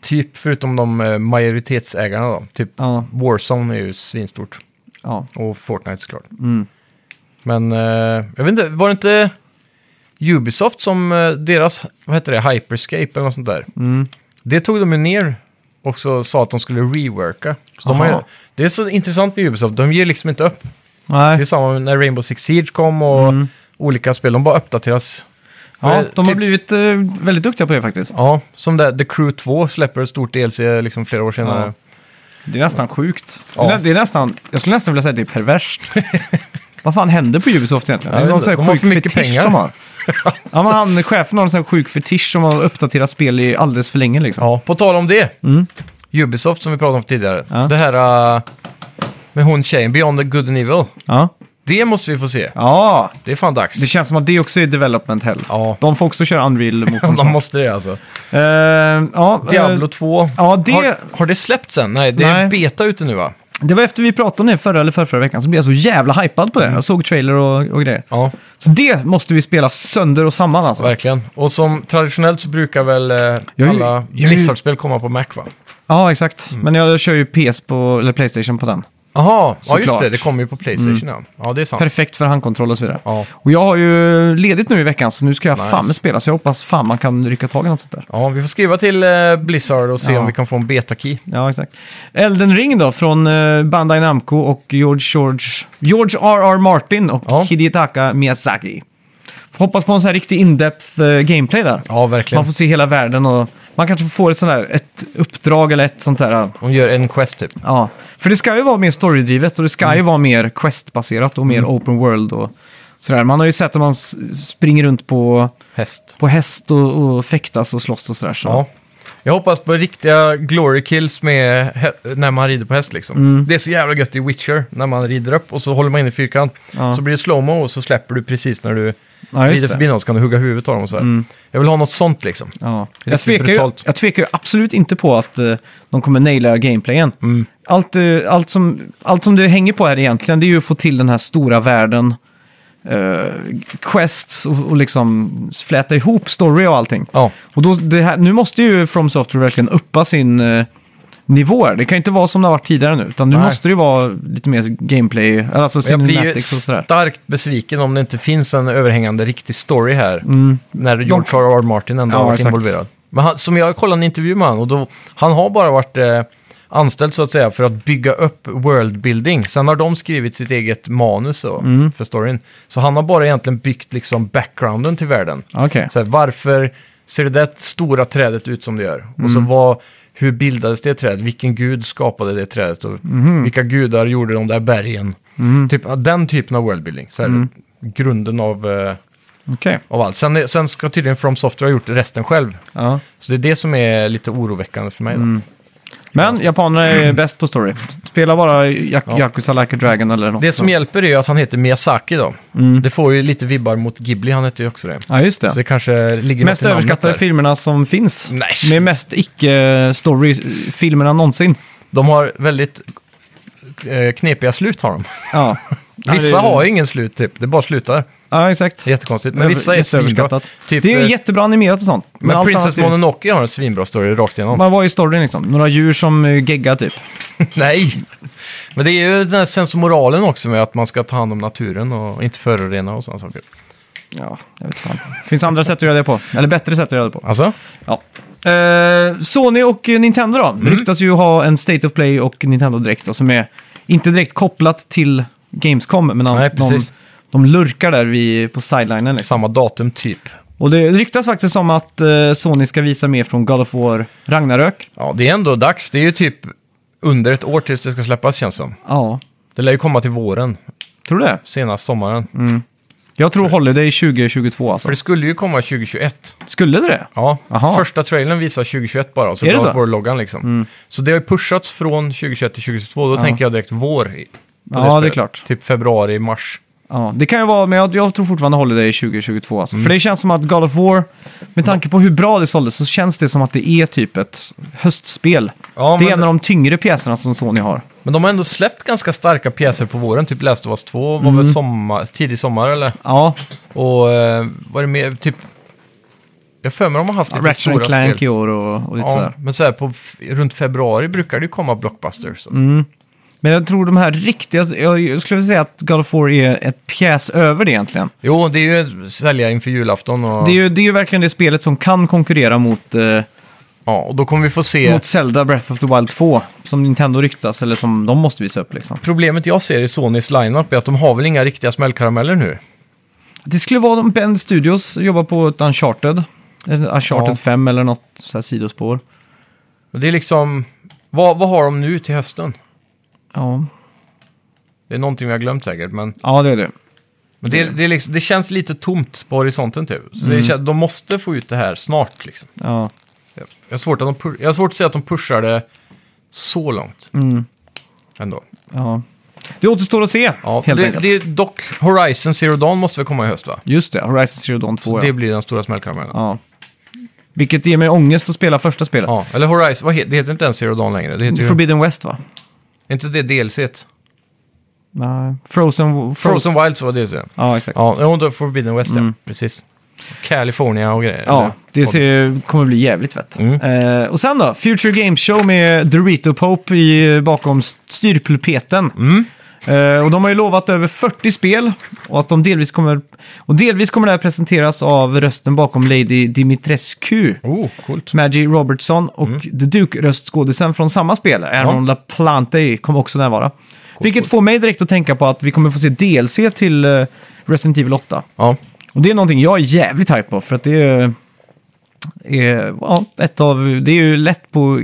B: typ förutom de eh, majoritetsägarna då. Typ
A: Ja,
B: Warzone är ju svinstort.
A: ja.
B: Och Fortnite såklart.
A: Mm.
B: Men eh, jag vet inte, var det inte
A: Mm.
B: Ubisoft som eh, deras, vad heter det, Hyperscape eller något sånt där? Det tog de ju ner. Och så sa att de skulle reworka. Så de
A: Aha.
B: har, ju- det är så intressant med Ubisoft, de ger liksom inte upp. Det är
A: Nej.
B: samma när Rainbow Six Siege kom och olika spel, de bara uppdateras.
A: Mm. Ja, de har
B: Typ-
A: blivit eh, väldigt duktiga på det faktiskt.
B: Ja, som där The Crew 2 släpper ett stort DLC liksom flera år senare.
A: Det är nästan sjukt.
B: Ja.
A: Det, är, nä- det är nästan, jag skulle nästan vilja säga att det är perverst. Vad fan händer på Ubisoft egentligen? det
B: Jag
A: är
B: vet
A: någon
B: inte.
A: sån här
B: De har
A: sjuk
B: för mycket
A: fetisch
B: pengar.
A: de har. ja, men han, chefen har en sån här sjuk fetisch som har uppdaterat spel i alldeles för länge liksom.
B: Ja, på tal om det. Ubisoft som vi pratade om tidigare.
A: Mm. Ja.
B: Det här äh, med hon tjejen, Beyond the Good and Evil.
A: Ja.
B: Det måste vi få se.
A: ja,
B: Det är fan dags.
A: det känns som att det också är development hell.
B: Ja.
A: De får också köra Unreal mot dem.
B: De måste det alltså.
A: Eh, ja, eh,
B: Diablo 2.
A: ja, det-
B: har, har det släppts än? Nej, det är
A: Nej.
B: beta ute nu va?
A: Det var efter vi pratade om det förra eller förra, veckan så blev jag så jävla hypad på det. Jag såg trailer och, och grejer.
B: Ja,
A: Så det måste vi spela sönder och samman alltså.
B: verkligen. Och som traditionellt så brukar väl eh,
A: ju-
B: alla
A: jag är ju-
B: Blizzard-spel komma på Mac va?
A: Ja, exakt.
B: Mm.
A: Men jag kör ju PS på, eller Playstation på den.
B: Jaha, ja just
A: Såklart. Mm.
B: det. Det kommer ju på Playstation ja. Ja, det är sant.
A: Perfekt för handkontroll och så vidare.
B: Ja.
A: Och jag har ju ledigt nu i veckan så nu ska jag
B: Nice.
A: fan med spela så jag hoppas fan man kan rycka tag i något sånt där.
B: Ja, vi får skriva till eh, Blizzard och se
A: Ja.
B: om vi kan få en beta-key.
A: Ja, exakt. Elden Ring då från eh, Bandai Namco och George George, George R.R. Martin och
B: Ja.
A: Hidetaka Miyazaki. Får hoppas på en sån här riktig in-depth eh, gameplay där.
B: Ja, verkligen.
A: Man får se hela världen och man kanske får ett sånt där ett uppdrag eller ett sånt där.
B: Hon gör en quest typ.
A: Ja, för det ska ju vara mer storydrivet och det ska ju
B: Mm.
A: vara mer questbaserat och mer open world och sådär. Man har ju sett att man s- springer runt på,
B: Häst.
A: på häst och, och fäktas och slåss och sådär. Så.
B: Ja. Jag hoppas på riktiga glory kills med hä- när man rider på häst liksom.
A: Mm.
B: Det är så jävla gött i Witcher när man rider upp och så håller man in i fyrkant.
A: Ja.
B: Så blir det slowmo och så släpper du precis när du
A: Ja, just
B: rider
A: det. Mm.
B: förbi någon så kan du hugga huvudet av dem och så här. Jag vill ha något sånt liksom.
A: Ja. Jag,
B: Riktigt
A: tvekar ju,
B: brutalt.
A: jag tvekar ju absolut inte på att eh, de kommer naila gameplayen.
B: Mm.
A: Allt, eh, allt, som, allt som det hänger på här egentligen det är ju att få till den här stora världen. eh, quests och, och liksom fläta ihop story och allting.
B: Ja,
A: Och då, det här, nu måste ju From Software verkligen uppa sin eh, nivå. här. Det kan ju inte vara som det har varit tidigare nu, utan nu
B: Nej.
A: måste det ju vara lite mer gameplay, alltså
B: jag blir ju
A: cinematics och sådär.
B: starkt besviken om det inte finns en överhängande riktig story här. När George R.R. Martin ändå
A: Mm. Ja,
B: har varit
A: exakt.
B: involverad. Men han, som jag kollade en intervju med han, och då, han har bara varit eh, anställd så att säga för att bygga upp world building. Sen har de skrivit sitt eget manus och,
A: Mm.
B: för storyn. Så han har bara egentligen byggt liksom backgrounden till världen.
A: Okej.
B: Så här, varför ser det där stora trädet ut som det gör? Och
A: Mm.
B: så vad, hur bildades det trädet? Vilken gud skapade det trädet? Och
A: Mhm.
B: Vilka gudar gjorde de där bergen?
A: Mm.
B: Typ, ja, den typen av worldbuilding. Så här, Grunden av, eh,
A: Okej.
B: av allt. Sen, är- sen ska tydligen From Software ha gjort resten själv.
A: Ja.
B: Så det är det som är lite oroväckande för mig. då.
A: Mm. Men japanerna är bäst på story. Spela bara Jak-
B: Ja.
A: Yakuza Like a Dragon eller något.
B: Det som
A: sånt.
B: hjälper är ju att han heter Miyazaki då. Det får ju lite vibbar mot Ghibli, han heter ju också det.
A: Mm. Ja, just det.
B: Så det kanske ligger
A: mest
B: något i namnet
A: överskattade
B: där.
A: filmerna som finns.
B: Nej.
A: Med mest icke-story-filmerna någonsin.
B: De har väldigt eh, knepiga slut har de.
A: Ja.
B: Vissa har ju ingen slut typ, det bara slutar.
A: Ja, exakt.
B: Det är jättekonstigt. Men vissa är svinbra.
A: överskattat.
B: Typ,
A: det är ju
B: eh,
A: jättebra animerat och sånt.
B: men
A: allt
B: Princess
A: annat är-
B: Mononoke har en svinbra story rakt igenom.
A: Man var ju storyn liksom. Några djur som eh, gegga typ.
B: Nej! Men det är ju den här sensomoralen också med att man ska ta hand om naturen och inte förorena och sådana saker.
A: Ja, jag vet fan. Finns andra sätt att göra det på. Eller bättre sätt att göra det på.
B: Alltså?
A: Ja. Eh, Sony och eh, Nintendo då.
B: Mm.
A: Ryktas ju ha en State of Play och Nintendo Direct då, som är inte direkt kopplat till Gamescom. Men
B: Nej,
A: de,
B: precis.
A: de lurkar där vid, på sidelinen. Liksom.
B: Samma datum typ.
A: Och det ryktas faktiskt om att eh, Sony ska visa mer från God of War Ragnarök.
B: Ja, det är ändå dags. Det är ju typ under ett år tills det ska släppas känns som.
A: Ja,
B: Det lär ju komma till våren,
A: tror du det?
B: senast sommaren.
A: Mm. Jag tror Holiday 2022 alltså.
B: För det skulle ju komma 2021.
A: Skulle det det?
B: Ja,
A: Aha.
B: första trailern visar 2021 bara, och så
A: Är det
B: drar
A: så? Mm.
B: vår-loggan liksom. Så det har ju pushats från 2021 till 2022, då tänker jag direkt vår. i- på
A: Ja, det är
B: spelet.
A: klart.
B: Typ februari, mars.
A: Ja, det kan ju vara, men jag, jag tror fortfarande Holiday 2022. Alltså. För det känns som att God of War, med tanke på hur bra det såldes, så känns det som att det är typ ett höstspel.
B: Ja,
A: det är
B: men-
A: en av de tyngre pjäserna som Sony har.
B: Men de har ändå släppt ganska starka pjäser på våren, typ Last of Us 2 var
A: Mm.
B: väl sommar, tidig sommar eller?
A: Ja,
B: Och eh, var det mer, typ... Jag har för mig de har haft lite
A: Ratchet
B: stora
A: and Clank
B: spel.
A: i år och, och lite
B: Ja,
A: sådär.
B: men så här på f- runt februari brukar det ju komma blockbusters.
A: Mm. Men jag tror de här riktiga, alltså, jag, jag skulle vilja säga att God of War är ett pjäs över det egentligen.
B: Jo, det är ju sälja inför julafton och...
A: Det, är ju, det är ju verkligen det spelet som kan konkurrera mot eh,
B: Ja, och då kommer vi få se...
A: Mot Zelda Breath of the Wild 2, som Nintendo ryktas, eller som de måste visa upp liksom.
B: Problemet jag ser i Sonys lineup är att de har väl inga riktiga smällkarameller nu.
A: Det skulle vara om Bend Studios jobbar på ett Uncharted. En Uncharted
B: Ja.
A: 5 eller något så här sidospår.
B: Och Det är liksom... Vad, vad har de nu till hösten?
A: Ja.
B: Det är någonting vi har glömt säkert, men,
A: ja, det är det.
B: men det,
A: Mm.
B: det, är liksom, det känns lite tomt på horisonten typ. Så det, kän- de måste få ut det här snart liksom.
A: Ja.
B: Jag har svårt, att de pu- jag har svårt att se att de pushar det så långt.
A: Mm.
B: Ändå.
A: ja. Det återstår att se,
B: Ja,
A: helt
B: det,
A: enkelt.
B: det är dock Horizon Zero Dawn måste väl komma i höst va?
A: Just det, Horizon Zero Dawn 2.
B: Det
A: Oh, Ja.
B: blir den stora smällkaramellen. Ja.
A: ja. Vilket ger mig ångest att spela första spelet.
B: Eller Horizon, vad heter, det heter inte ens Zero Dawn längre. Det heter ju,
A: Forbidden West va?
B: är inte det DLC? -et?
A: Nej. Frozen...
B: Frozen Wilds var DLC.
A: Ja, exakt.
B: Ja, jo, då Forbidden West ja. Precis. California och grejer.
A: Mm. Ja,
B: Eller-
A: det ser, kommer bli jävligt fett.
B: Mm.
A: Eh, och sen då, Future Games Show med Dorito Pope i, bakom styrpulpeten.
B: Mm.
A: Eh, och de har ju lovat över 40 spel och att de delvis kommer... Och delvis kommer det här presenteras av rösten bakom Lady Dimitrescu.
B: Oh, coolt. Mm.
A: Maggie Robertson och The Duke-röstskådisen från samma spel, Aaron LaPlante, kommer också närvara. Vilket får mig direkt att tänka på att vi kommer få se DLC till eh, Resident Evil 8.
B: Ja.
A: Och det är någonting jag är jävligt hype på, för att det är, är ja, ett av, det är ju lätt på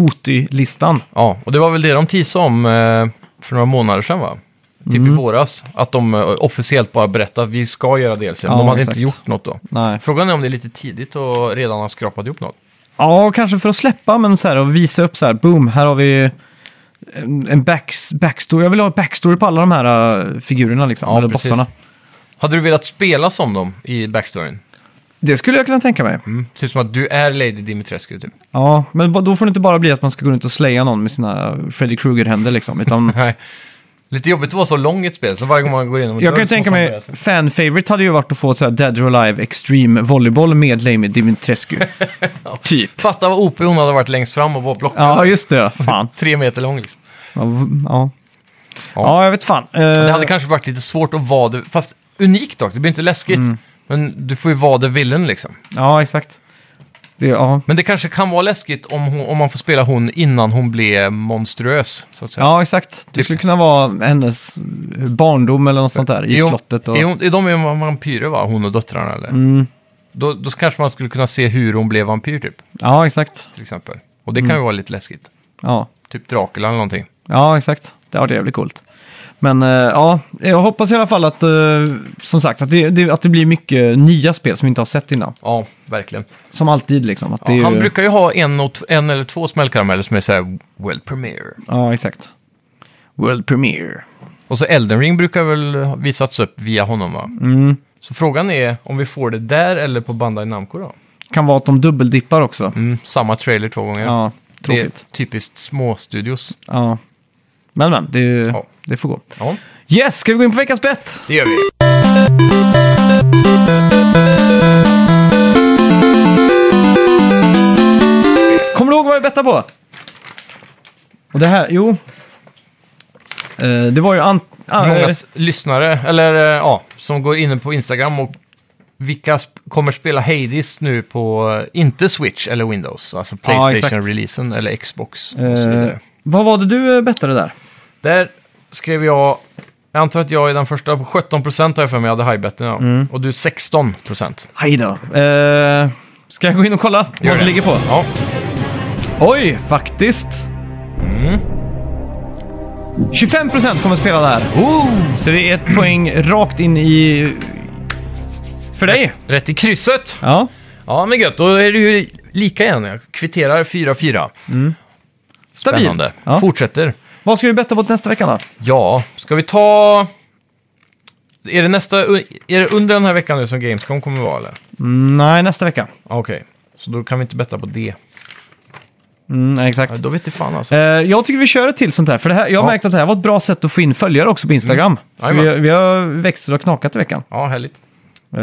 A: Goti-listan.
B: ja, och det var väl det de teasade om eh, för några månader sedan va? Typ
A: Mm.
B: i våras. Att de eh, officiellt bara berättade att vi ska göra DLC. Men
A: Ja,
B: de hade
A: exakt.
B: inte gjort något då.
A: Nej.
B: Frågan är om det är lite tidigt och redan har skrapat ihop något.
A: Ja, kanske för att släppa, men så här och visa upp så här, boom, här har vi en en backs, backstory. Jag vill ha backstory på alla de här äh, figurerna liksom,
B: Ja,
A: eller
B: precis.
A: bossarna.
B: Hade du velat spela som dem i backstoryn?
A: Det skulle jag kunna tänka mig.
B: Mm. Typ som att du är Lady Dimitrescu typ.
A: Ja, men ba- då får det inte bara bli att man ska gå runt och slaya någon med sina Freddy Krueger-händer liksom, utan
B: Nej. Lite jobbigt att vara så lång i ett spel, så varje gång man går igenom ett
A: Jag kan ju
B: dörr så
A: tänka
B: måste man
A: mig,
B: börja sig.
A: fan favorite hade ju varit att få ett så här Dead or Alive Extreme Volleyball med Lamy Dimitrescu. typ.
B: Fatta vad OP hon hade varit längst fram och bara blockat.
A: Ja, just det. Fan.
B: Tre meter lång liksom.
A: Ja, v- ja. ja jag vet fan. Eh,
B: Det hade kanske varit lite svårt att vara det, fast unikt dock, det blir inte läskigt.
A: Mm.
B: Men du får ju vara det villen liksom.
A: Ja, exakt. Det, ja.
B: Men det kanske kan vara läskigt om, hon, om man får spela hon innan hon blev monstruös, så att säga.
A: ja, exakt. Det skulle kunna vara hennes barndom eller något sånt där i
B: Är hon-
A: slottet. Och... Mm.
B: Är, hon, är de ju vampyrer va, hon och döttrarna eller? Då, då kanske man skulle kunna se hur hon blev vampyr typ,
A: Ja, exakt.
B: till exempel. Och det kan
A: Mm.
B: ju vara lite läskigt.
A: Ja.
B: Typ Dracula eller någonting.
A: Ja, exakt. Det var jävligt coolt. Men eh, ja, jag hoppas i alla fall att, eh, som sagt, att det, det, att det blir mycket nya spel som vi inte har sett innan.
B: Ja, verkligen.
A: Som alltid liksom. Att det
B: Ja,
A: är
B: Han
A: ju...
B: brukar ju ha en, och t- en eller två smällkarameller som är så här world premiere.
A: Ja, exakt. World Premiere.
B: Och så Elden Ring brukar väl ha visats upp via honom va?
A: Mm.
B: Så frågan är om vi får det där eller på Bandai Namco då?
A: Kan vara att de dubbeldippar också.
B: Mm, samma trailer två gånger.
A: Ja,
B: det är
A: tråkigt.
B: typiskt småstudios.
A: Ja. Men men, det,
B: Ja.
A: det får gå.
B: Ja,
A: Yes, ska vi gå in på veckans bett?
B: det gör vi.
A: Kommer du ihåg vad jag bettade på? Och det här, jo. Eh, det var ju an- ah,
B: Många
A: eh,
B: s- lyssnare, eller eh, ja, som går inne på Instagram och vilka sp- kommer spela Hades nu på, eh, inte Switch eller Windows, alltså
A: Ja, exakt.
B: Playstation-releasen eller Xbox och så
A: eh,
B: vidare.
A: Vad var det du eh, bettade där?
B: Där skrev jag, jag antar att jag är den första, på 17% har jag för mig hade highbetten ja.
A: Mm.
B: Och du 16%.
A: Aj då. Eh, ska jag gå in och kolla
B: Gör
A: vad det
B: det.
A: ligger på?
B: Ja,
A: Oj, faktiskt. 25% kommer spela där.
B: Oh.
A: Så det är ett poäng rakt in i... För dig.
B: rätt i krysset.
A: Ja.
B: Ja, men gött. Då är det ju lika igen. Jag kvitterar 4-4.
A: Stabilt.
B: Spännande.
A: Ja.
B: Fortsätter.
A: Vad ska vi betta på till nästa vecka då?
B: Ja, ska vi ta... Är det, nästa, är det under den här veckan nu som Gamescom kommer vara eller?
A: Mm, nej, nästa vecka.
B: Okej, så då kan vi inte betta på det.
A: Mm, nej, exakt.
B: Ja, Då vet du fan alltså.
A: Eh, jag tycker vi kör ett till sånt här. För det här, jag har
B: Ja. Mm.
A: märkt att det här var ett bra sätt att få in följare också på Instagram. För
B: Jajamän.
A: vi, vi har växt och knakat i veckan.
B: Ja, härligt.
A: Eh,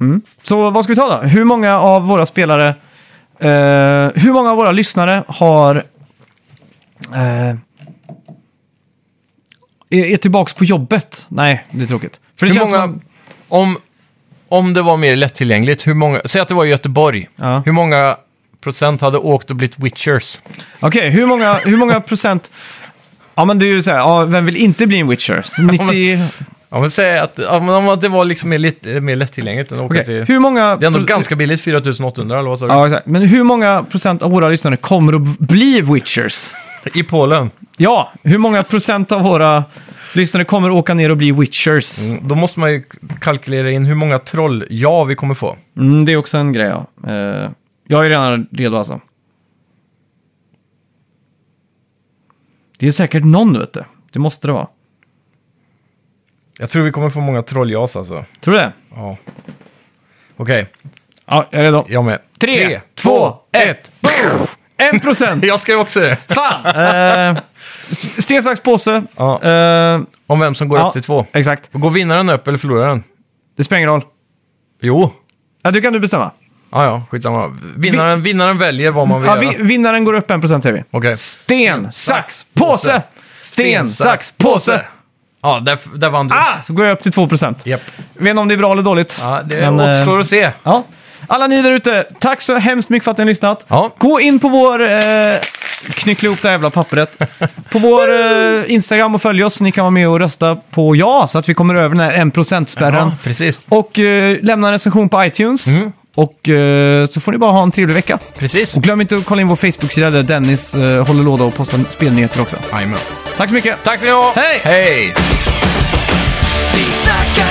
A: mm. Så vad ska vi ta då? Hur många av våra spelare, eh, hur många av våra lyssnare har eh, är, är tillbaka på jobbet? Nej, det är tråkigt. För det
B: Hur
A: känns
B: många,
A: som-
B: om, om det var mer lättillgängligt, hur många, säg att det var i Göteborg,
A: Ja.
B: hur många procent hade åkt och blivit witchers.
A: Okej, hur, många, hur många procent... Ja, men det är ju så här, ja, vem vill inte bli en Witcher? 90...
B: Ja, men säg att, ja, men om att det var liksom mer, lite, mer lättillgängligt än att åka
A: Okej,
B: till...
A: hur många...
B: Det är ändå
A: pro-
B: ganska billigt, 4800 eller vad sa du?
A: Ja, exakt. Men hur många procent av våra lyssnare kommer att bli Witchers?
B: I Polen.
A: Ja, hur många procent av våra lyssnare kommer att åka ner och bli Witchers?
B: Mm, Då måste man ju kalkylera in hur många troll ja vi kommer få.
A: Mm, det är också en grej, ja. Eh, jag är redan redo alltså. Det är säkert någon, vet du. Det måste det vara.
B: Jag tror vi kommer få många troll jas alltså.
A: Tror du det?
B: Ja. Okej,
A: Ja, jag är redo.
B: jag med.
A: Tre, två,
B: ett.
A: En procent!
B: Jag skrev också det.
A: Fan! Eh, s- sten, sax, påse.
B: Ja.
A: Eh,
B: Om vem som går
A: ja,
B: upp till två.
A: Exakt.
B: Går vinnaren upp eller förloraren?
A: Det spelar ingen roll.
B: Jo.
A: Ja, du kan du bestämma.
B: Ja, ja, skitsamma. Vinnaren, vinnaren väljer vad man vill
A: Ja,
B: göra.
A: vi, vinnaren går upp en procent säger vi.
B: Okej.
A: Sten, sax, påse! Sten, sax, påse!
B: Ja, där, där vann du.
A: Ah! Så går jag upp till 2 procent.
B: Japp.
A: Vet inte om det är bra eller dåligt.
B: Ja, det
A: men, eh,
B: återstår att se.
A: Ja. Alla ni där ute, tack så hemskt mycket för att ni har lyssnat.
B: Ja.
A: Gå in på vår... Eh, knyckla ihop det här jävla pappret. På vår eh, Instagram och följ oss. Ni kan vara med och rösta på ja, så att vi kommer över den här 1%-spärren.
B: Ja, precis. Mm.
A: Och eh, lämna en recension på iTunes. Och eh, så får ni bara ha en trevlig vecka.
B: Precis.
A: Och glöm inte att kolla in vår Facebook-sida där Dennis eh, håller låda och postar spelnyheter också.
B: Jajamän.
A: Tack så mycket!
B: Tack ska ni ha.
A: Hej!
B: Hej.
C: Vi snackar